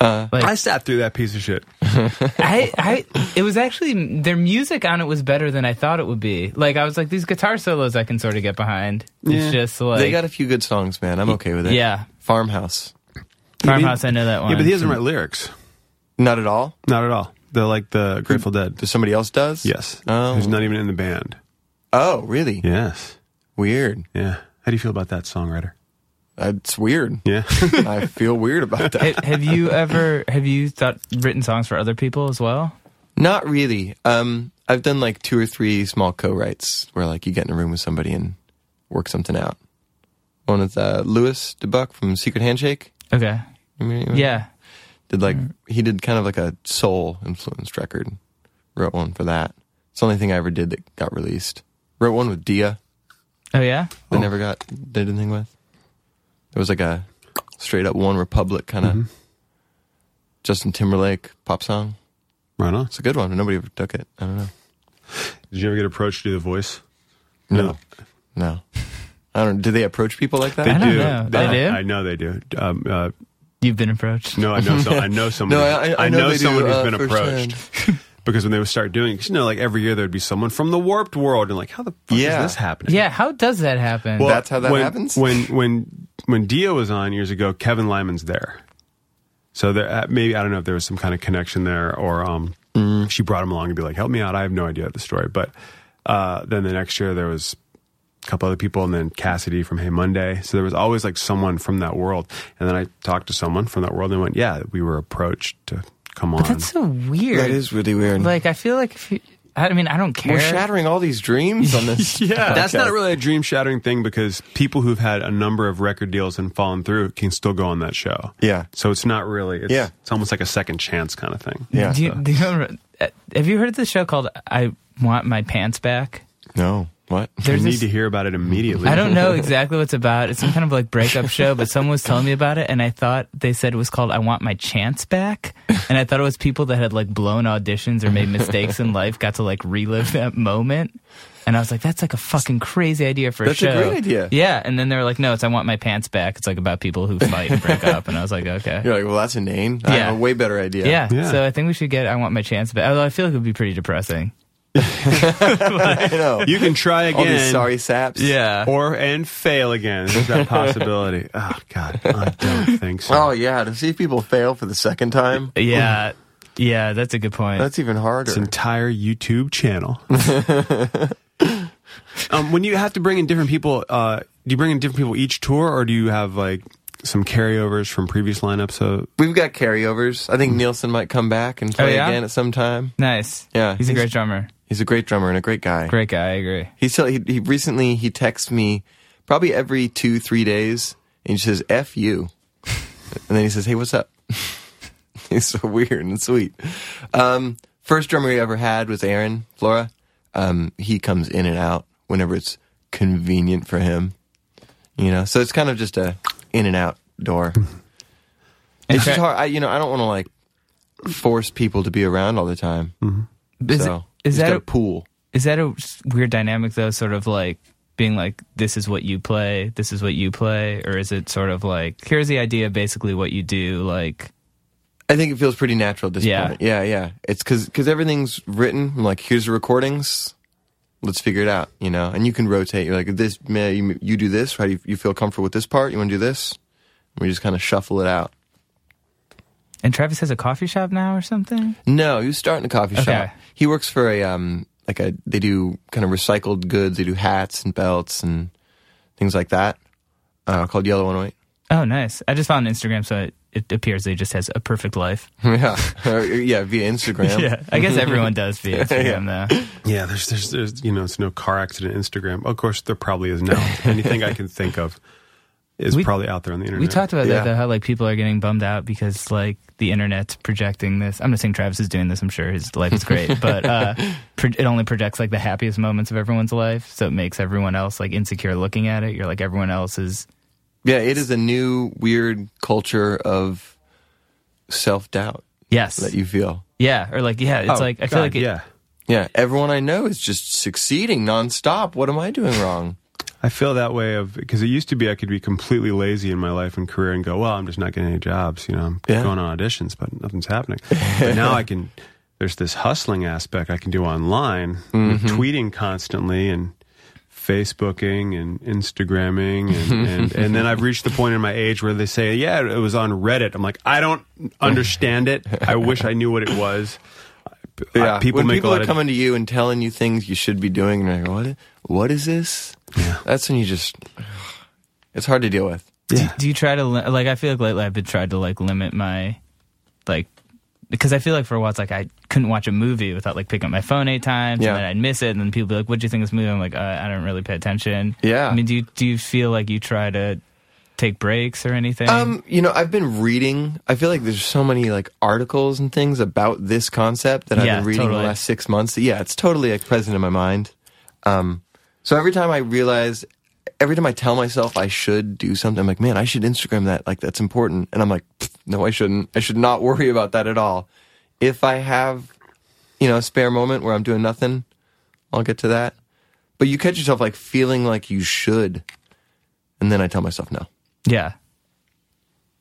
Like- I sat through that piece of shit. I, I, it was actually their music on it was better than I thought it would be. Like I was like, these guitar solos I can sort of get behind. It's just like they got a few good songs, man. I'm okay with it. yeah, Farmhouse. farmhouse. I know that one. Yeah, but he doesn't write lyrics. Not at all. Not at all. They're like the Grateful Dead. Does somebody else does? Yes. Oh. Who's not even in the band. Oh, really? Yes. Weird. Yeah. How do you feel about that songwriter? That's weird. Yeah. I feel weird about that. Ha- have you ever have you thought written songs for other people as well? Not really. Um, I've done like two or three small co-writes where like you get in a room with somebody and work something out. One with uh, Louis DeBuck from Secret Handshake. Okay, You mean- you yeah. did like he did kind of like a soul influenced record. Wrote one for that. It's the only thing I ever did that got released. Wrote one with Dia Oh yeah. that never got did anything with. It was like a straight up One Republic kind of Justin Timberlake pop song. right on. It's a good one, but nobody ever took it. I don't know. Did you ever get approached to do the voice? No. No. I don't. Do they approach people like that? They I don't do. know. They do? I know they do. Um, uh, You've been approached. no, I know. Some, I know someone. No, I- I- I know know, they do, someone uh, who's been approached. because when they would start doing, 'cause, you know, like every year there'd be someone from the Warped World, and like, how the fuck Yeah. is this happening? Yeah, how does that happen? Well- That's how that when, happens? When when when Dio was on years ago, Kevin Lyman's there. So there, uh, maybe I don't know if there was some kind of connection there, or um, she brought him along and be like, "Help me out." I have no idea the story, but uh, then the next year there was a couple other people, and then Cassidy from Hey Monday. So there was always like someone from that world, and then I talked to someone from that world, and they went, "Yeah, we were approached to come on." but that's so weird. That is really weird. like I feel like if you, I mean I don't care. We're shattering all these dreams on this. Yeah, that's podcast. not really a dream shattering thing because people who've had a number of record deals and fallen through can still go on that show. Yeah. So it's not really. It's, Yeah. It's almost like a second chance kind of thing. Yeah. Do you, do you remember, uh, have you heard of the show called I Want My Pants Back? No. What? You There's need this- to hear about it immediately. I don't know exactly what it's about. It's some kind of like breakup show, but someone was telling me about it, and I thought they said it was called "I Want My Chance Back," and I thought it was people that had like blown auditions or made mistakes in life got to like relive that moment. And I was like, "That's like a fucking crazy idea for a That's a show." great idea. Yeah, and then they were like, "No, it's I Want My Pants Back." It's like about people who fight and break up, and I was like, "Okay." You're like, well, that's inane. I Yeah. have a way better idea. Yeah. Yeah. so I think we should get "I Want My Chance Back." Although I feel like it would be pretty depressing. I know. You can try again. all these sorry saps. Yeah, Or and fail again. There's that possibility. oh God, I don't think so. Oh yeah, to see people fail for the second time, yeah, yeah. That's a good point. that's even harder. Its entire YouTube channel. um, when you have to bring in different people, uh, do you bring in different people each tour, or do you have like some carryovers from previous lineups? uh, Of, We've got carryovers. I Hmm. think Nielsen might come back and play Oh, yeah? again at some time. nice. Yeah, he's a he's- great drummer. He's a great drummer and a great guy. Great guy. I agree. He still he, he recently he texts me probably every two three days and he says "f you," and then he says "Hey, what's up?" He's so weird and sweet. Um, first drummer we ever had was Aaron Flora. Um, he comes in and out whenever it's convenient for him, you know. So it's kind of just a in and out door. It's just hard. I, you know, I don't want to like force people to be around all the time. Mm-hmm. Is, so is just that got a, a pool? is that a weird dynamic though? Sort of like being like, this is what you play, this is what you play, or is it sort of like, here's the idea, basically what you do, like I think it feels pretty natural at this Yeah. point. Yeah, yeah. It's because everything's written. I'm like, here's the recordings. let's figure it out, you know. And you can rotate. You're like this, man. You, you do this, right? You, you feel comfortable with this part. You want to do this. And we just kind of shuffle it out. And Travis has a coffee shop now or something. No, he was starting a coffee Okay. shop. He works for a um like a they do kind of recycled goods. They do hats and belts and things like that. Uh, called Yellow One Eight. Oh, nice. I just found Instagram, so it, it appears that he just has a perfect life. yeah, Uh, yeah, via Instagram. I guess everyone does via Instagram though. Yeah, there's, there's, there's, you know, it's no car accident Instagram. Of course, there probably is now. Anything I can think of is We- probably out there on the internet. We talked about Yeah. that though, how like people are getting bummed out because like the internet's projecting this. I'm not saying Travis is doing this. I'm sure his life is great, but uh, pro- it only projects like the happiest moments of everyone's life, so it makes everyone else like insecure looking at it. You're like everyone else is. Yeah, it is a new weird culture of self doubt Yes. that you feel. yeah. Or like, yeah, it's Oh, like, I God, feel like it, yeah. Yeah, everyone I know is just succeeding nonstop. What am I doing wrong? I feel that way of because it used to be I could be completely lazy in my life and career and go, well, I'm just not getting any jobs. You know, I'm Yeah. going on auditions, but nothing's happening. but now I can. There's this hustling aspect I can do online, with Mm-hmm. tweeting constantly and Facebooking and Instagramming, and, and and then I've reached the point in my age where they say, yeah, it was on Reddit. I'm like, I don't understand it. I wish I knew what it was. Yeah, Uh, people when make people a lot are of coming to you and telling you things you should be doing, and you're like, "What? What is this?" That's when you just. It's hard to deal with. Do, do you try to li- like? I feel like lately I've been tried to like limit my like because I feel like for a while it's like I couldn't watch a movie without like picking up my phone eight times Yeah. and then I'd miss it and then people be like, "What do you think of this movie?" I'm like, uh, "I don't really pay attention." Yeah. I mean, do you do you feel like you try to take breaks or anything? Um, you know, I've been reading. I feel like there's so many like articles and things about this concept that Yeah, I've been reading totally. the last six months. Yeah, it's totally like present in my mind. Um, so every time I realize, every time I tell myself I should do something, I'm like, man, I should Instagram that. Like that's important. And I'm like, "Pfft, no, I shouldn't. I should not worry about that at all. If I have, you know, a spare moment where I'm doing nothing, I'll get to that. But you catch yourself like feeling like you should, and then I tell myself no. yeah,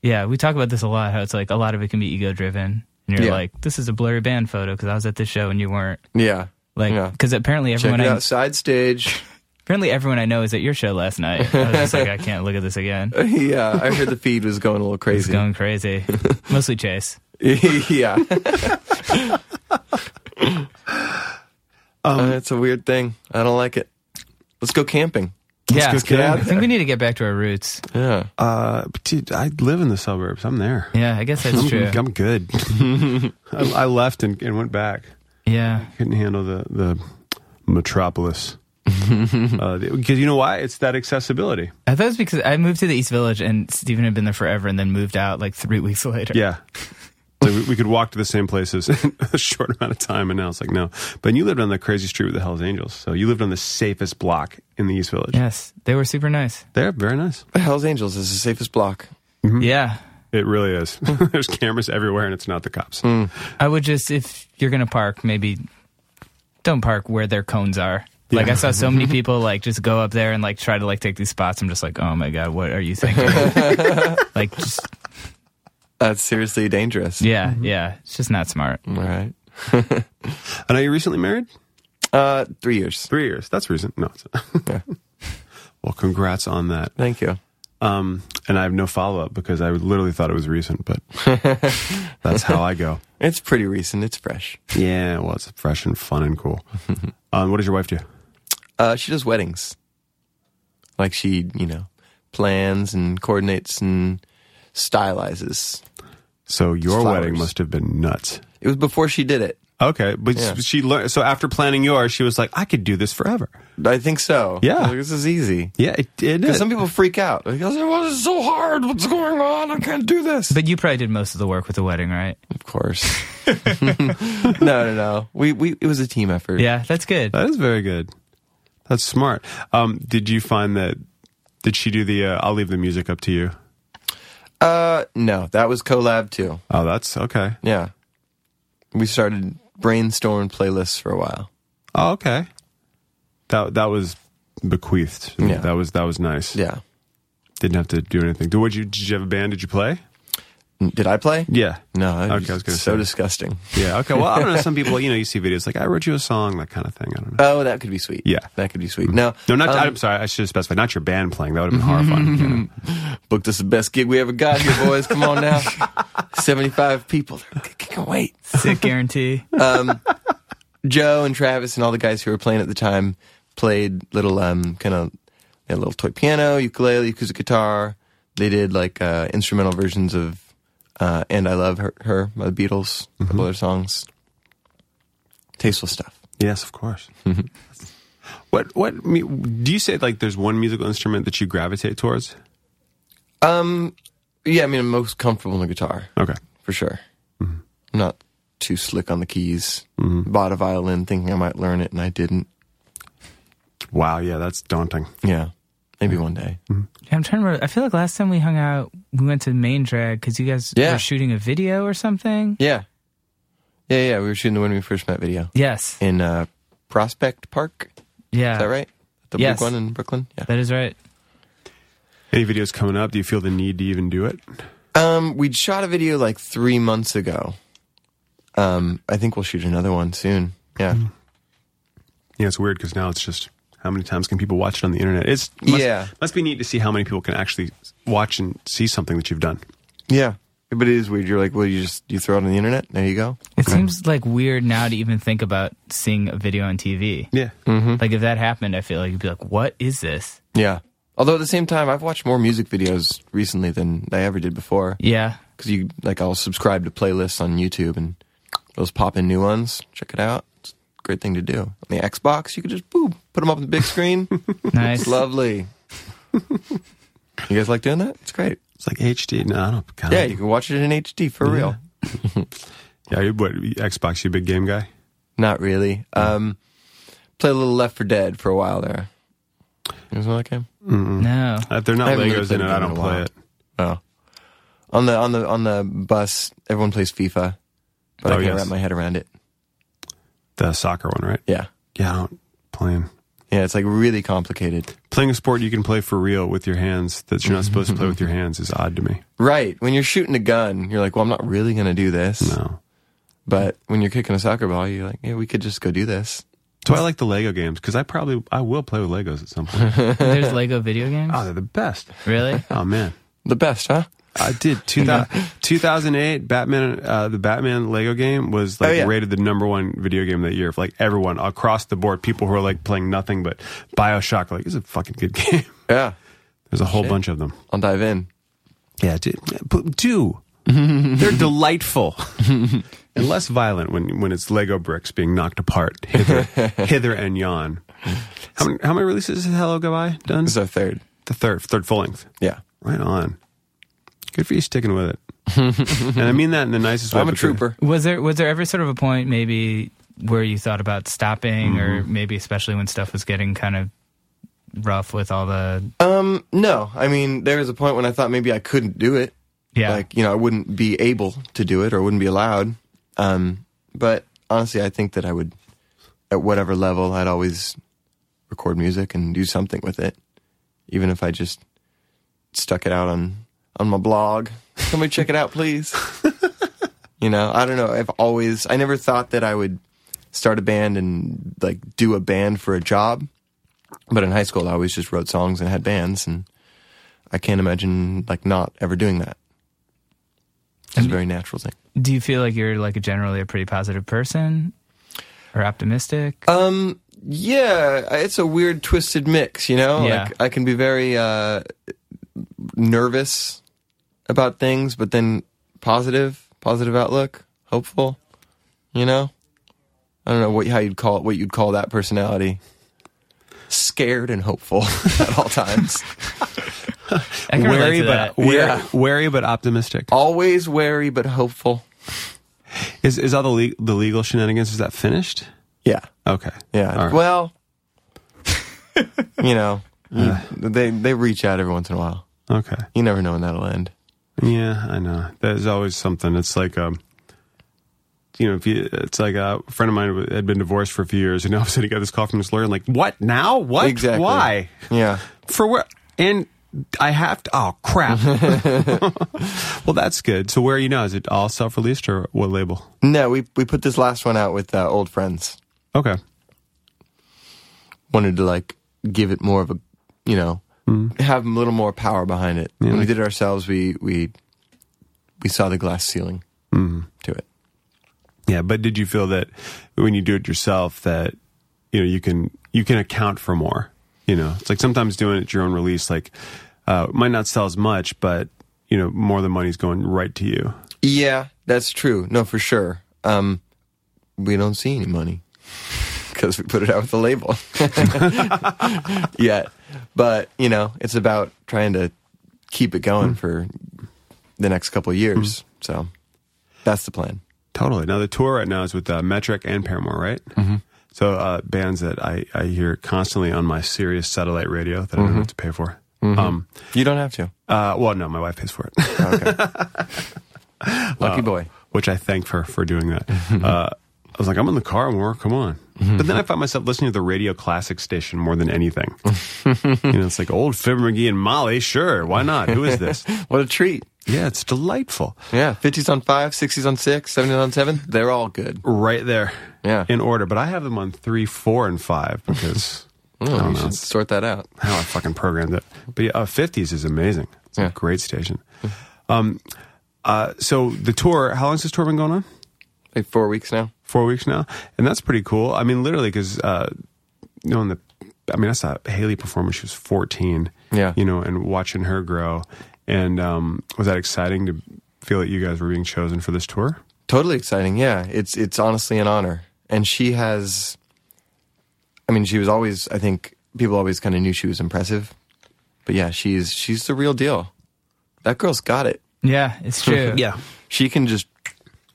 yeah. We talk about this a lot. How it's like a lot of it can be ego driven, and you're Yeah. like, "This is a blurry band photo because I was at this show and you weren't." Yeah. Like, Yeah. because apparently Check everyone it I out, side stage. apparently everyone I know is at your show last night. I was just like, I can't look at this again. yeah, I heard the feed was going a little It's crazy. going crazy. Mostly Chase. yeah, Um, Uh, it's a weird thing. I don't like it. Let's go camping. Yeah, go get out I think we need to get back to our roots. Yeah, Uh, but dude, I live in the suburbs. I'm there. Yeah, I guess that's I'm, true. Mm-hmm. I'm good. I, I left and, and went back. Yeah, Couldn't handle the the metropolis. Because you know why? It's that accessibility. I thought it was because I moved to the East Village and Stephen had been there forever, and then moved out like three weeks later. Yeah. So we, we could walk to the same places in a short amount of time, and now it's like no. But you lived on the crazy street with the Hell's Angels, so you lived on the safest block in the East Village. Yes, they were super nice. They're very nice. Hell's Angels is the safest block. Yeah, It really is. Mm. There's cameras everywhere, and it's not the cops. I would just if you're gonna park, maybe don't park where their cones are. Like I saw so many people like just go up there and like try to like take these spots. I'm just like, oh my god, what are you thinking? like, just That's seriously dangerous. yeah, yeah, it's just not smart. All right. I know you recently married. Uh, three years. Three years. That's recent. No. It's not. well, congrats on that. Thank you. Um, and I have no follow up because I literally thought it was recent, but that's how I go. It's pretty recent. It's fresh. Yeah, well, it's fresh and fun and cool. um, what does your wife do? Uh, she does weddings. Like she, you know, plans and coordinates and stylizes. So your Flowers. wedding must have been nuts. It was before she did it. Okay, but Yeah. she learned. So after planning yours, she was like, "I could do this forever." I think so. Yeah. Like, this is easy. Yeah, it, it is. Because some people freak out. Like, well, this is so hard. What's going on? I can't do this. But you probably did most of the work with the wedding, right? of course. no, no, no. We, we, it was a team effort. Yeah, that's good. that is very good. That's smart. Um, did you find that? Did she do the? Uh, I'll leave the music up to you. Uh, no, that was collab too. Oh, that's okay. Yeah. We started brainstorming playlists for a while. Oh, okay. That that was bequeathed. Yeah. That was that was nice. Yeah. Didn't have to do anything. Did, what you, did you have a band? Did you play? Did I play? Yeah. No, I Okay, I was gonna so say. disgusting. Yeah. Okay. Well, I don't know. Some people, you know, you see videos like I wrote you a song, that kind of thing. I don't know. Oh, that could be sweet. Yeah. that could be sweet. No, No, not. um, I'm sorry. I should have specified. Not your band playing. That would have been horrifying. you know. booked us the best gig we ever got here, boys. Come on now, seventy-five people. They're- they Can't wait. Sick guarantee. um, Joe and Travis and all the guys who were playing at the time played little um, kind of a little toy piano, ukulele, acoustic guitar. They did like uh, instrumental versions of uh, "And I Love Her,", Her by the Beatles, a couple other songs. Tasteful stuff. Yes, of course. what what mu- do you say? Like, there's one musical instrument that you gravitate towards? Um, yeah, I mean, I'm most comfortable on the guitar Okay. for sure. I'm not too slick on the keys. Bought a violin thinking I might learn it, and I didn't. Wow. Yeah, that's daunting. Yeah, maybe one day. I'm trying to remember. I feel like last time we hung out, we went to Main Drag because you guys Yeah. were shooting a video or something. Yeah, yeah, yeah. We were shooting the when we first met video. Yes. in uh, Prospect Park. Yeah. Is that right? The Yes. big one in Brooklyn. Yeah. That is right. Any videos coming up? Do you feel the need to even do it? Um, we'd shot a video like three months ago. Um, I think we'll shoot another one soon. Yeah. Hmm. Yeah, it's weird because now it's just how many times can people watch it on the internet? It's must, Yeah. must be neat to see how many people can actually watch and see something that you've done. Yeah. But it is weird. You're like, well, you just you throw it on the internet. There you go. It seems like weird now to even think about seeing a video on TV. Yeah. Mm-hmm. Like if that happened, I feel like you'd be like, "What is this?" Yeah. Although at the same time, I've watched more music videos recently than I ever did before. Yeah. Because you like, I'll subscribe to playlists on YouTube and those pop in new ones. Check it out. It's a great thing to do. On the Xbox, you could just boop, put them up on the big screen. Nice. It's lovely. you guys like doing that? It's great. It's like HD. No, I don't. God. Yeah, you can watch it in HD for real. Yeah, you, what, Xbox, you a big game guy? Not really. Um, play a little Left for Dead for a while there. You guys know that game? no. If Uh, they're I not haven't really Legos in played it, I them in don't a while. play it. Oh. On the on the on the bus, everyone plays FIFA, but Oh, I can't yes. wrap my head around it. The soccer one, right? Yeah, Yeah, I don't play 'em. yeah, it's like really complicated. Playing a sport you can play for real with your hands that you're not Mm-hmm. supposed to play with your hands is odd to me. Right when you're shooting a gun, you're like, well, I'm not really gonna do this. No. But when you're kicking a soccer ball, you're like, yeah, we could just go do this. So I like the Lego games because I probably I will play with Legos at some point. There's Lego video games. Ah. oh, they're the best. Really? Oh man. The best, huh? I did. Two thou- 2008, Batman, uh, the Batman Lego game was like Oh, yeah. rated the number one video game that year. For, like everyone across the board, people who are like playing nothing but Bioshock, like it's a fucking good game. Yeah, There's a whole bunch of them. I'll dive in. Yeah, dude, but do they're delightful and less violent when when it's Lego bricks being knocked apart hither, hither and yon. How many, how many releases has Hello Goodbye done? This is our third. The third, third full length. Yeah, Right on. Good for you sticking with it. and I mean that in the nicest way. I'm a because- trooper. Was there was there ever sort of a point maybe where you thought about stopping, or Mm-hmm. maybe especially when stuff was getting kind of rough with all the Um, no, I mean there was a point when I thought maybe I couldn't do it. yeah Like you know, I wouldn't be able to do it or wouldn't be allowed. Um, but honestly, I think that I would, at whatever level, I'd always record music and do something with it, even if I just stuck it out on on my blog. Somebody check it out, please. you know, I don't know. I've always, I never thought that I would start a band and like do a band for a job. But in high school, I always just wrote songs and had bands, and I can't imagine like not ever doing that. It's a very natural thing. Do you feel like you're like generally a pretty positive person or optimistic? Um, yeah, it's a weird, twisted mix, you know. Yeah. Like I can be very uh, nervous about things, but then positive, positive outlook, hopeful. You know, I don't know what how you'd call it, what you'd call that personality. Scared and hopeful at all times. I can relate Wary to that. but wary, Yeah. wary but optimistic. Always wary but hopeful. Is is all the le- the legal shenanigans? Is that finished? Yeah. Okay. Yeah. All right. Well, you know, you- they they reach out every once in a while. okay. You never know when that'll end. Yeah, I know. There's always something. It's like um, you know, if you, it's like a friend of mine had been divorced for a few years, and all of a sudden he got this call from his lawyer, and like, what now? What? Exactly. Why? Yeah. For what? And I have to. Oh crap! well, that's good. So where are you now? Is it all self-released or what label? No, we we put this last one out with uh, old friends. Okay. Wanted to like give it more of a, you know, have a little more power behind it. when we did it ourselves, we we we saw the glass ceiling to it. Yeah, but did you feel that when you do it yourself that you know you can you can account for more? You know, it's like sometimes doing it your own release like uh, might not sell as much, but you know more of the money's going right to you. Yeah, that's true. No, for sure. Um, we don't see any money because we put it out with a label yet. But you know, it's about trying to keep it going for the next couple of years. So that's the plan. Totally. Now the tour right now is with uh, Metric and Paramore, right? Mm-hmm. So uh, bands that I, I hear constantly on my Sirius satellite radio that I Mm-hmm. don't have to pay for. Um, You don't have to. uh, well, no, my wife pays for it. Lucky boy. which I thank her for doing that. Mm-hmm. uh, I was like, I'm in the car more. Come on. But then I found myself listening to the radio classic station more than anything. you know, it's like old Fib McGee and Molly. Sure, why not? Who is this? What a treat. yeah, it's delightful. Yeah, 50s on 5, 60s on 6, 70s on 7. They're all good. Right there. Yeah. In order, but I have them on three, four, and five because I Oh, don't you know. should sort that out. how I fucking programmed it. But yeah, uh, 50s is amazing. It's a Yeah. great station. Um, uh, so the tour, how long's this tour been going on? Like four weeks now. Four weeks now, and that's pretty cool. I mean, literally, because uh, you know, in the, I mean, I saw Haley perform when she was 14. Yeah. you know, and watching her grow, and um, was that exciting to feel that you guys were being chosen for this tour? Totally exciting. Yeah, it's it's honestly an honor. And she has I mean, she was always I think people always kind of knew she was impressive. But yeah, she's she's the real deal. That girl's got it. Yeah, it's true. Yeah. She can just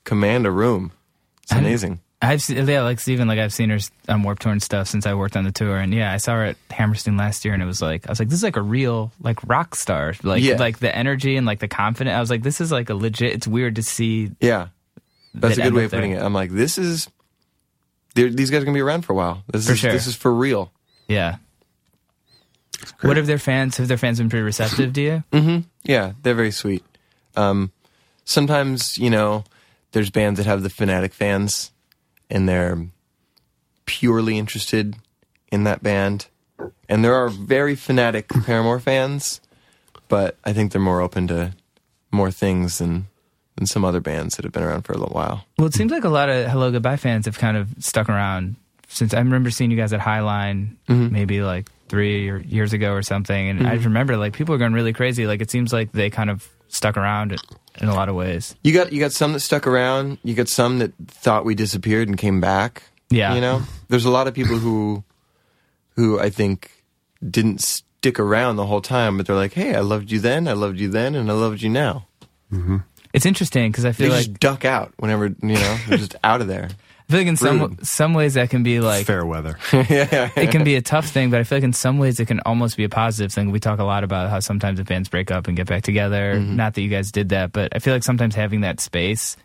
command a room. It's amazing. I've se- yeah, like Steven, like I've seen her s- on Warp Tour and stuff since I worked on the tour, and yeah, I saw her at Hammerstein last year, and it was like I was like, this is like a real like rock star, like Yeah. like the energy and like the confidence. I was like, this is like a legit. It's weird to see. Yeah. that That's a good end way up of putting there. it. I'm like, this is they're- these guys are going to be around for a while. This For is sure. this is for real. Yeah. What have their fans? Have their fans been pretty receptive to you? It's Yeah, they're very sweet. Um, sometimes, you know, there's bands that have the fanatic fans and they're purely interested in that band. And there are very fanatic Paramore fans, but I think they're more open to more things than, than some other bands that have been around for a little while. Well, it seems like a lot of Hello Goodbye fans have kind of stuck around since I remember seeing you guys at Highline Mm-hmm. maybe like three or years ago or something, and I just remember like people were going really crazy. Like it seems like they kind of stuck around in a lot of ways. You got you got some that stuck around. You got some that thought we disappeared and came back. Yeah. you know, there's a lot of people who, who I think didn't stick around the whole time, but they're like, "Hey, I loved you then. I loved you then, and I loved you now." It's interesting because I They feel like just duck out whenever you know, they're just out of there. I feel like in some rude. some ways that can be like Fair weather. it can be a tough thing, but I feel like in some ways it can almost be a positive thing. We talk a lot about how sometimes if bands break up and get back together. Not that you guys did that, but I feel like sometimes having that space,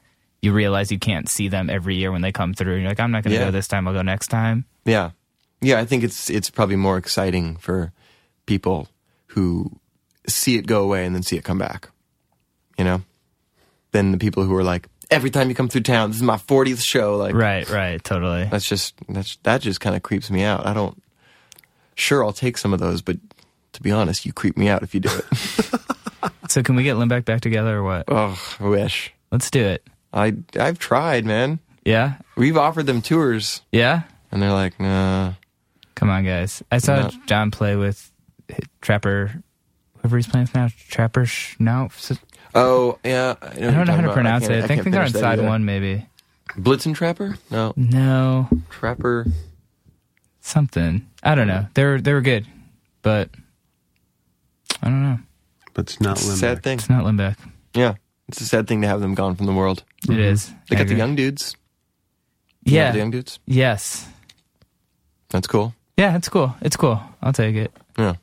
you realize you can't see them every year when they come through. You're like, I'm not going to Yeah. go this time. I'll go next time. Yeah, yeah. I think it's it's probably more exciting for people who see it go away and then see it come back. You know, than the people who are like, "Every time you come through town, this is my 40th show." Like, Right, right, totally. That's just that's that just kind of creeps me out. I don't. Sure, I'll take some of those, but to be honest, you creep me out if you do it. So can we get Limbeck back together or what? oh, I wish. Let's do it. I I've tried, man. Yeah, We've offered them tours, yeah. and they're like, nah. Come on, guys. I saw No. John play with Trapper. Whoever he's playing with now, Trapper Schnauf. Oh yeah, I, I don't know how to pronounce it. I think, think they're on side one, maybe. Blitzen Trapper? No, No, Trapper. something. I don't know. They were they were good, but I don't know. But it's not limited. Sad thing. It's not Limbeck. Yeah, it's a sad thing to have them gone from the world. It is. Mm-hmm. They I got the agree. young dudes. You have Yeah. the young dudes. yes. That's cool. Yeah. It's cool. It's cool. I'll take it. Yeah.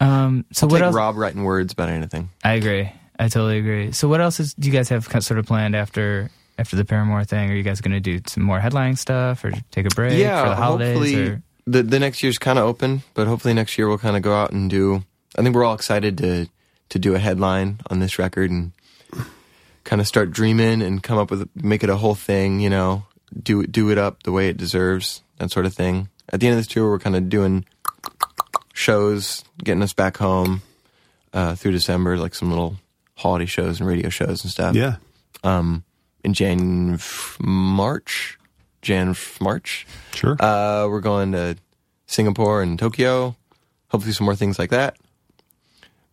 Um. So what Take else? Rob writing words about anything. I agree. I totally agree. So what else is, do you guys have kind- sort of planned after after the Paramore thing? Are you guys going to do some more headlining stuff or take a break yeah, for the holidays? Hopefully, or- the the next year's kind of open, but hopefully next year we'll kind of go out and do I think we're all excited to to do a headline on this record and kind of start dreaming and come up with make it a whole thing. You know, do it- do it up the way it deserves, that sort of thing. At the end of this tour, we're kind of doing shows, getting us back home uh, through December, like some little holiday shows and radio shows and stuff Yeah. um, in Jan f- March, Jan f- March. Sure. Uh, we're going to Singapore and Tokyo. Hopefully, some more things like that.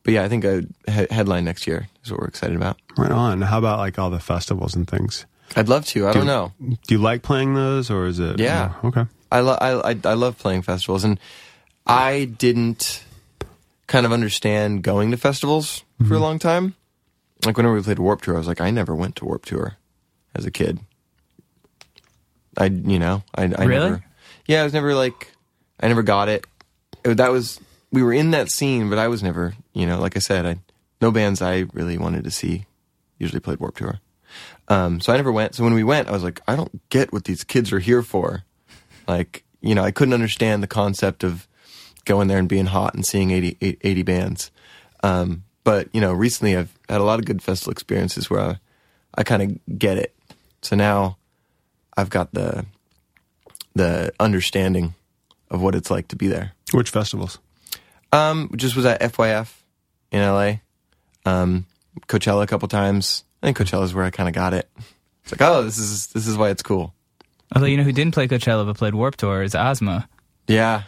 But yeah, I think a he- headline next year is what we're excited about. right on. How about like all the festivals and things? I'd love to. I Do- don't know. Do you like playing those or is it? Oh, Yeah. Oh, okay. I, lo- I, I I love playing festivals, and I didn't kind of understand going to festivals for a long time. Like whenever we played Warp Tour, I was like, I never went to Warp Tour as a kid. I you know I, I Really? never yeah I was never like I never got it. It- That was we were in that scene, but I was never you know like I said I no bands I really wanted to see usually played Warp Tour. Um, so I never went. So when we went, I was like, I don't get what these kids are here for. Like, you know, I couldn't understand the concept of going there and being hot and seeing 80, 80 bands. Um, but, you know, recently I've had a lot of good festival experiences where I, I kind of get it. So now I've got the, the understanding of what it's like to be there. Which festivals? Um, just was at FYF in LA. Um, Coachella a couple times. I think Coachella's where I kind of got it. It's like, oh, this is this is why it's cool. Although you know who didn't play Coachella but played Warp Tour is Ozma. Yeah,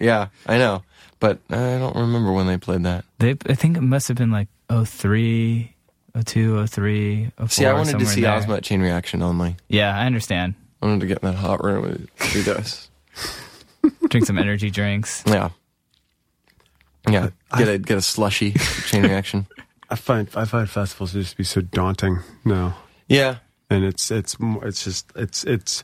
yeah, I know, but I don't remember when they played that. They, I think it must have been like 03, 02, 03, 04, See, I wanted to somewhere see there. Ozma at Chain Reaction only. Yeah, I understand. I wanted to get in that hot room with you guys. Drink some energy drinks. Yeah, yeah. Get a get a slushy at Chain Reaction. I find, I find festivals just to be so daunting. No. Yeah, and it's it's mo- it's just it's it's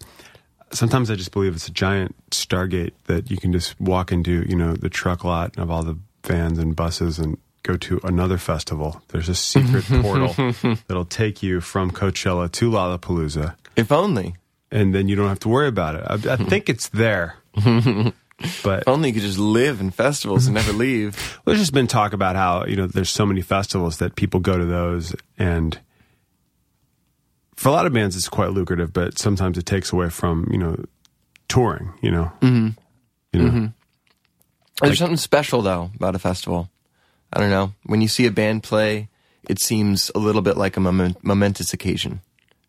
sometimes i just believe it's a giant stargate that you can just walk into you know the truck lot of all the vans and buses and go to another festival there's a secret portal that'll take you from coachella to lollapalooza if only. and then you don't have to worry about it i, I think it's there but If only you could just live in festivals and never leave. there's just been talk about how you know there's so many festivals that people go to those, and for a lot of bands it's quite lucrative, but sometimes it takes away from you know touring. You know, mm-hmm. you know, There's something special though about a festival. I don't know. When you see a band play, it seems a little bit like a moment, momentous occasion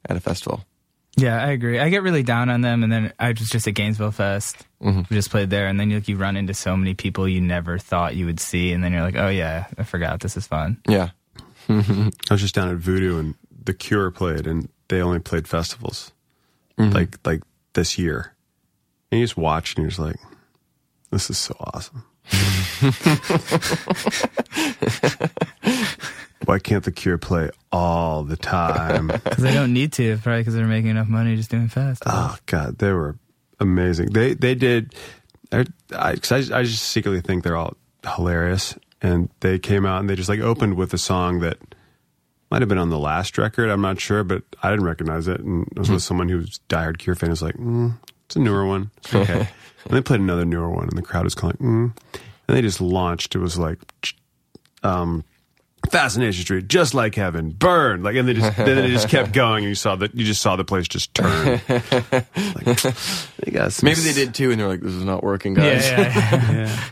at a festival. Yeah, I agree. I get really down on them, and then I was just at Gainesville Fest. Mm-hmm. We just played there, and then you, like, you run into so many people you never thought you would see, and then you're like, oh yeah, I forgot this is fun. Yeah. I was just down at Voodoo and The Cure played, and they only played festivals like like this year, and you just watch and you're just like, this is so awesome. Why can't The Cure play all the time? Because they don't need to, probably because they're making enough money just doing fest. Oh God, they were amazing. They they did. I, I, 'cause I I just secretly think they're all hilarious, and they came out and they just like opened with a song that might have been on the last record. I'm not sure, but I didn't recognize it, and Hmm. I was with someone who was a diehard Cure fan. It was like, mm, it's a newer one, It's okay. and they played another newer one, and the crowd was kind of like, mm. and they just launched. It was like. Um, Fascination Street, just like heaven, burn like, and they just then they just kept going, and you saw that you just saw the place just turn. Like, they got some Maybe they did too, and they're like, "This is not working, guys." yeah. Yeah.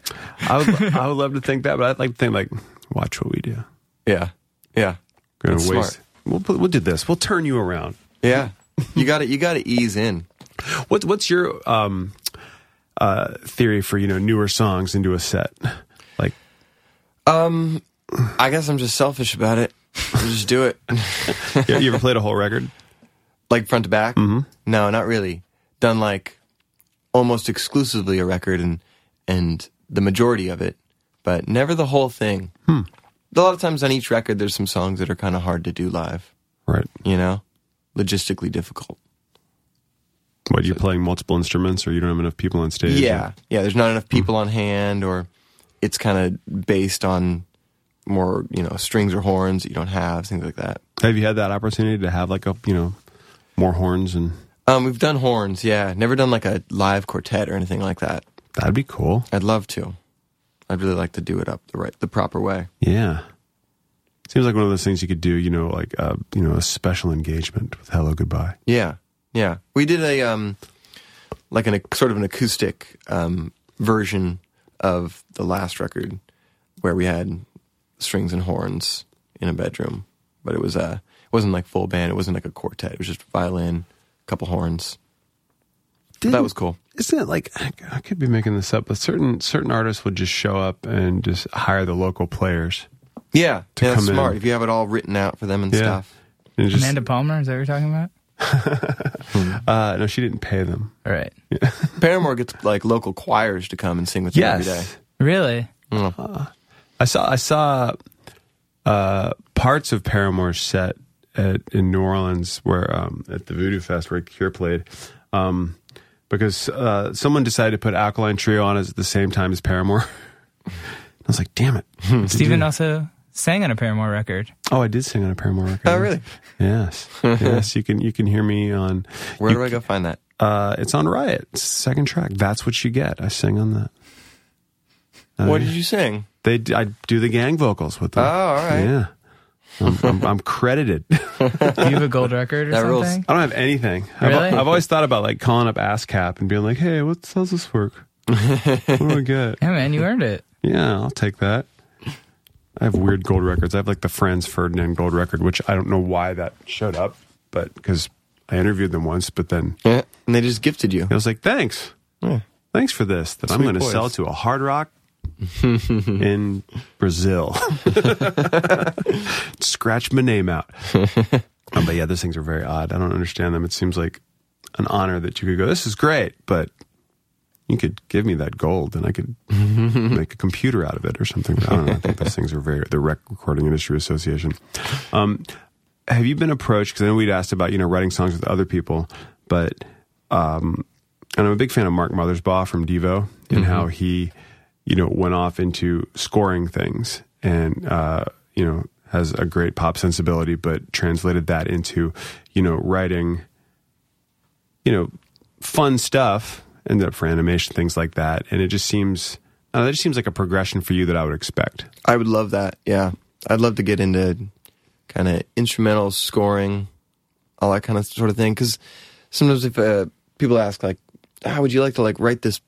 I would, I would love to think that, but I'd like to think like, watch what we do. yeah, yeah, We're gonna That's waste. smart. We'll put, we'll do this. We'll turn you around. yeah. you got to You got to ease in. What what's your um, uh, theory for you know newer songs into a set? Like Um, I guess I'm just selfish about it. I just do it, you, you ever played a whole record? like front to back. Mm-hmm. No, not really. Done like almost exclusively a record, and and the majority of it, but never the whole thing. A lot of times on each record, there's some songs that are kind of hard to do live. Right. You know, logistically difficult. What you playing multiple instruments, or you don't have enough people on stage? Yeah, Hmm. yeah. There's not enough people on hand, or it's kind of based on more, you know, strings or horns that you don't have, things like that. Have you had that opportunity to have like a you know more horns and Um, we've done horns, yeah. Never done like a live quartet or anything like that. that'd be cool. I'd love to. I'd really like to do it up the right, the proper way. Yeah. Seems like one of those things you could do, you know, like uh, you know, a special engagement with "Hello Goodbye." Yeah, yeah. We did a um, like an sort of an acoustic um, version of the last record, where we had strings and horns in a bedroom, but it was uh, it wasn't like full band. It wasn't like a quartet. It was just violin, a couple horns. But that Didn't- was cool. Isn't it like I I could be making this up, but certain certain artists would just show up and just hire the local players Yeah, To yeah, that's come in. smart. If you have it all written out for them and Yeah. stuff. and just Amanda Palmer, is that what you're talking about? uh, no, she didn't pay them. All right. Paramore gets like local choirs to come and sing with you every day. Really? I saw I saw uh, parts of Paramore's set at, in New Orleans, where um, at the Voodoo Fest where Cure played, um, because uh, someone decided to put Alkaline Trio on at the same time as Paramore. I was like, "Damn it!" Hmm. Steven also sang on a Paramore record. Oh, I did sing on a Paramore record. Oh, really? Yes, yes. You can you can hear me on. Where you- do I go find that? Uh, it's on Riot. It's the second track. That's what you get. I sing on that. Oh, what did you sing? They d- I do the gang vocals with them. Oh, all right. Yeah, I'm, I'm, I'm credited. Do you have a gold record or That rules. something? I don't have anything. Really? I've, I've always thought about like calling up ASCAP and being like, "Hey, what how's this work? what do I get?" Yeah, man, you earned it. Yeah, I'll take that. I have weird gold records. I have like the Franz Ferdinand gold record, which I don't know why that showed up, but because I interviewed them once, but then Yeah, and they just gifted you. I was like, "Thanks, thanks for this." That I'm Sweet going to boys. sell to a Hard Rock in Brazil. Scratch my name out. Oh, but yeah, those things are very odd. I don't understand them. It seems like an honor that you could go, this is great, but you could give me that gold and I could make a computer out of it or something. I don't know. I think those things are very, the Rec Recording Industry Association. Um, have you been approached? Because I know we'd asked about, you know, writing songs with other people, but, um, and I'm a big fan of Mark Mothersbaugh from Devo and how he, you know, went off into scoring things and, uh, you know, has a great pop sensibility, but translated that into, you know, writing, you know, fun stuff, ended up for animation, things like that. And it just seems, uh, that just seems like a progression for you that I would expect. I would love that. Yeah, I'd love to get into kind of instrumental scoring, all that kind of sort of thing. Because sometimes if uh, people ask like, "How would you like to like write this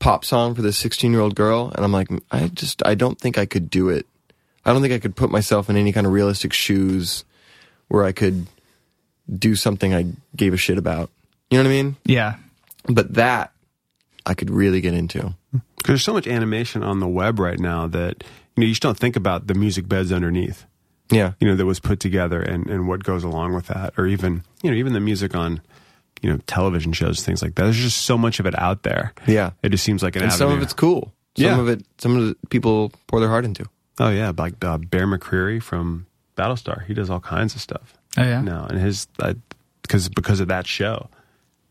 pop song for this sixteen-year-old girl?" and I'm like, I just I don't think I could do it. I don't think I could put myself in any kind of realistic shoes where I could do something I gave a shit about. You know what I mean? Yeah. But that I could really get into. Because there's so much animation on the web right now that, you know, you just don't think about the music beds underneath. Yeah. you know that was put together and, and what goes along with that or even you know even the music on you know television shows things like that there's just so much of it out there Yeah. it just seems like an and avenue. some of it's cool. Some Yeah. of it, some of the people pour their heart into. oh yeah like uh, bear mccreary from battlestar he does all kinds of stuff Oh, yeah. now and his because because of that show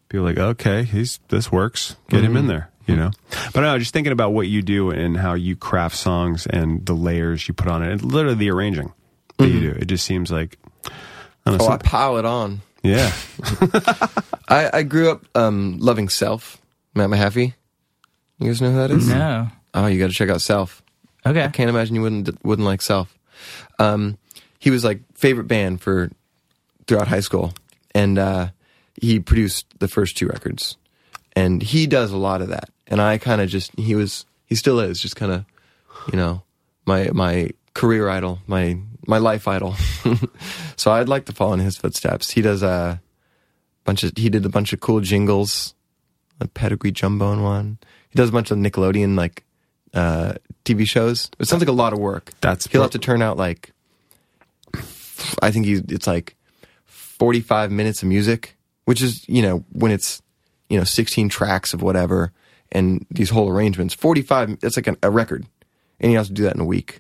people are like okay he's this works get him Mm-hmm. in there you know but i know just thinking about what you do and how you craft songs and the layers you put on it and literally the arranging that Mm-hmm. you do it just seems like I don't know, Oh, I some- pile it on. yeah I, I grew up um, loving Self, Matt Mahaffey. You guys know who that is? No. Oh, you got to check out Self. Okay. I can't imagine you wouldn't wouldn't like Self. Um, he was like favorite band for throughout high school, and uh, he produced the first two records. And he does a lot of that, and I kind of just he was he still is just kind of you know my my career idol, my my life idol. so I'd like to follow in his footsteps. He does a bunch of he did a bunch of cool jingles, a pedigree jumbo in one. He does a bunch of Nickelodeon like uh, TV shows. It sounds like a lot of work. That's he'll have to turn out like I think he it's like forty five minutes of music, which is you know when it's you know sixteen tracks of whatever and these whole arrangements. Forty five that's like an, a record, and he has to do that in a week.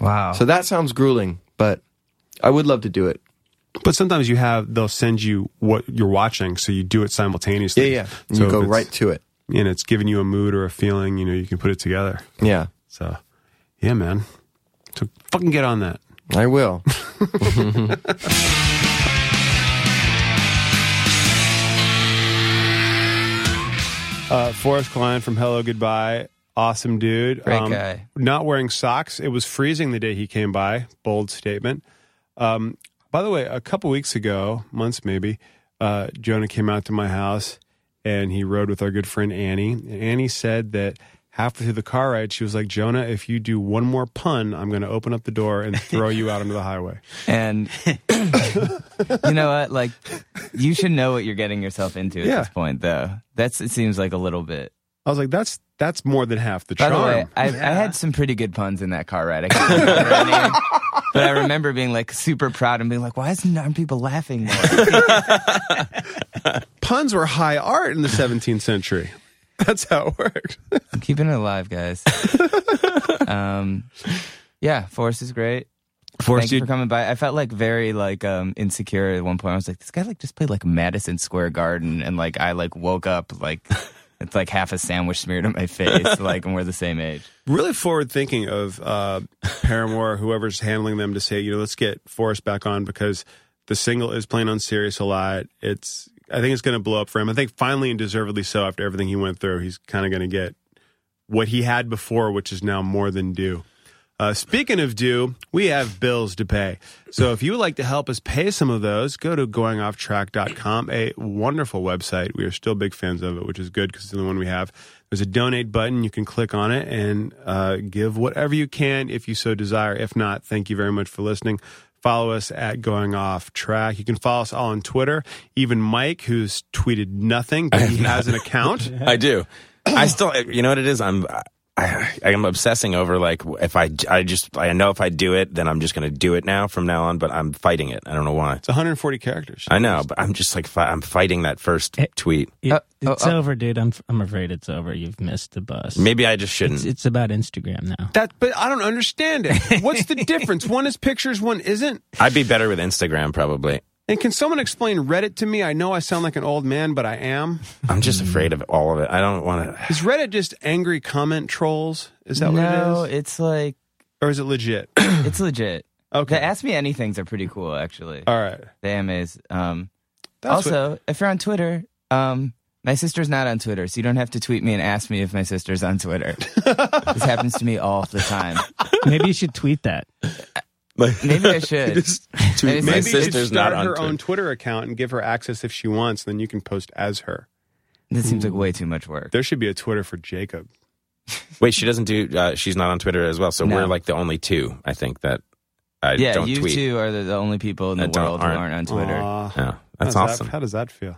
Wow. So that sounds grueling, but I would love to do it. But sometimes you have they'll send you what you're watching, so you do it simultaneously. And So you if go it's- right to it. and it's giving you a mood or a feeling. You know, you can put it together. Yeah, So, yeah, man. So fucking get on that. I will. Uh, Forrest Klein from Hello Goodbye Awesome dude. Um, Great guy. Not wearing socks. It was freezing the day he came by. Bold statement. Um, by the way, a couple weeks ago, months maybe, uh, Jonah came out to my house and he rode with our good friend Annie. And Annie said that halfway through the car ride, she was like, Jonah, if you do one more pun, I'm going to open up the door and throw you out onto the highway. And you know what? Like, you should know what you're getting yourself into at Yeah. this point, though. That's it seems like a little bit. I was like, that's that's more than half the By charm. the way, I, I had some pretty good puns in that car ride. I can't remember any, but I remember being like super proud and being like, "Why isn't aren't people laughing more?" Puns were high art in the 17th century. That's how it worked. I'm keeping it alive, guys. um, yeah, Forrest is great. Thank you for coming by. I felt like very like um insecure at one point. I was like, this guy like just played like Madison Square Garden, and like I like woke up like it's like half a sandwich smeared on my face. like, and we're the same age. really forward thinking of uh, Paramore, whoever's handling them, to say, you know, let's get Forrest back on because the single is playing on Sirius a lot. It's, I think it's going to blow up for him. I think finally and deservedly so after everything he went through, he's kind of going to get what he had before, which is now more than due. Uh, speaking of due, we have bills to pay. So if you would like to help us pay some of those, go to goingofftrack.com, a wonderful website. We are still big fans of it, which is good because it's the one we have. There's a donate button. You can click on it and uh, give whatever you can if you so desire. If not, thank you very much for listening. Follow us at Going Off Track. You can follow us all on Twitter. Even Mike, who's tweeted nothing, but he has an account. I do. I still, you know what it is? I'm, I, I'm obsessing over like if I, I just, I know if I do it, then I'm just going to do it now from now on. But I'm fighting it. I don't know why. It's 140 characters. I know, but I'm just like fi- I'm fighting that first tweet. It- Uh, oh, it's oh. over, dude. I'm I'm afraid it's over. You've missed the bus. Maybe I just it's, shouldn't. it's about Instagram now. That, but I don't understand it. What's the difference? One is pictures, one isn't. I'd be better with Instagram probably. And can someone explain Reddit to me? I know I sound like an old man, but I am. I'm just Mm. afraid of all of it. I don't want to. Is Reddit just angry comment trolls? Is that no, what it is? it's like Or is it legit? it's legit. Okay. The Ask Me Anything's are pretty cool, actually. All right. The AMAs. Um, That's what- also, if you're on Twitter, um, my sister's not on Twitter, so you don't have to tweet me and ask me if my sister's on Twitter. this happens to me all the time. Maybe you should tweet that. Maybe I should. Maybe my you should maybe you should sister's start not on her Twitter. own Twitter account and give her access if she wants, then you can post as her. This seems like way too much work. There should be a Twitter for Jacob. Wait, she doesn't do. Uh, she's not on Twitter as well. So No. we're like the only two. I think that I yeah, don't you tweet. two are the, the only people in the That don't- world who aren't. aren't on Twitter. Aw, Yeah, how that's does awesome. That, how does that feel?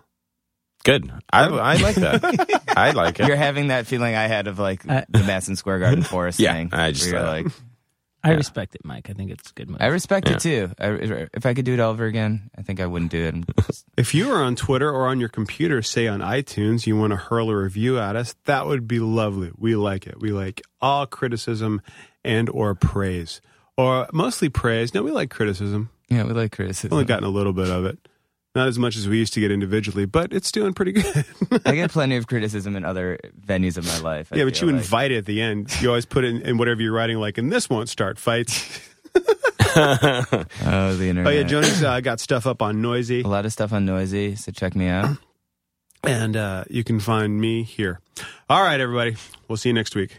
Good. I, I like that. I like it. You're having that feeling I had of like I- the Madison Square Garden forest Yeah, thing. I just where you're thought- like, I Yeah. respect it, Mike. I think it's a good move. I respect it too. I, if I could do it all over again, I think I wouldn't do it. I'm just- If you were on Twitter or on your computer, say on iTunes, you want to hurl a review at us, that would be lovely. We like it. We like all criticism and or praise. Or mostly praise. No, we like criticism. yeah, we like We've only criticism. gotten a little bit of it. Not as much as we used to get individually, but it's doing pretty good. I get plenty of criticism in other venues of my life. I yeah, but feel you like. invite it at the end. You always put in, in whatever you're writing, like, and this won't start fights. Oh, the Oh, internet. yeah, Jonas uh, got stuff up on Noisy. A lot of stuff on Noisy, so check me out. And uh, you can find me here. All right, everybody. We'll see you next week.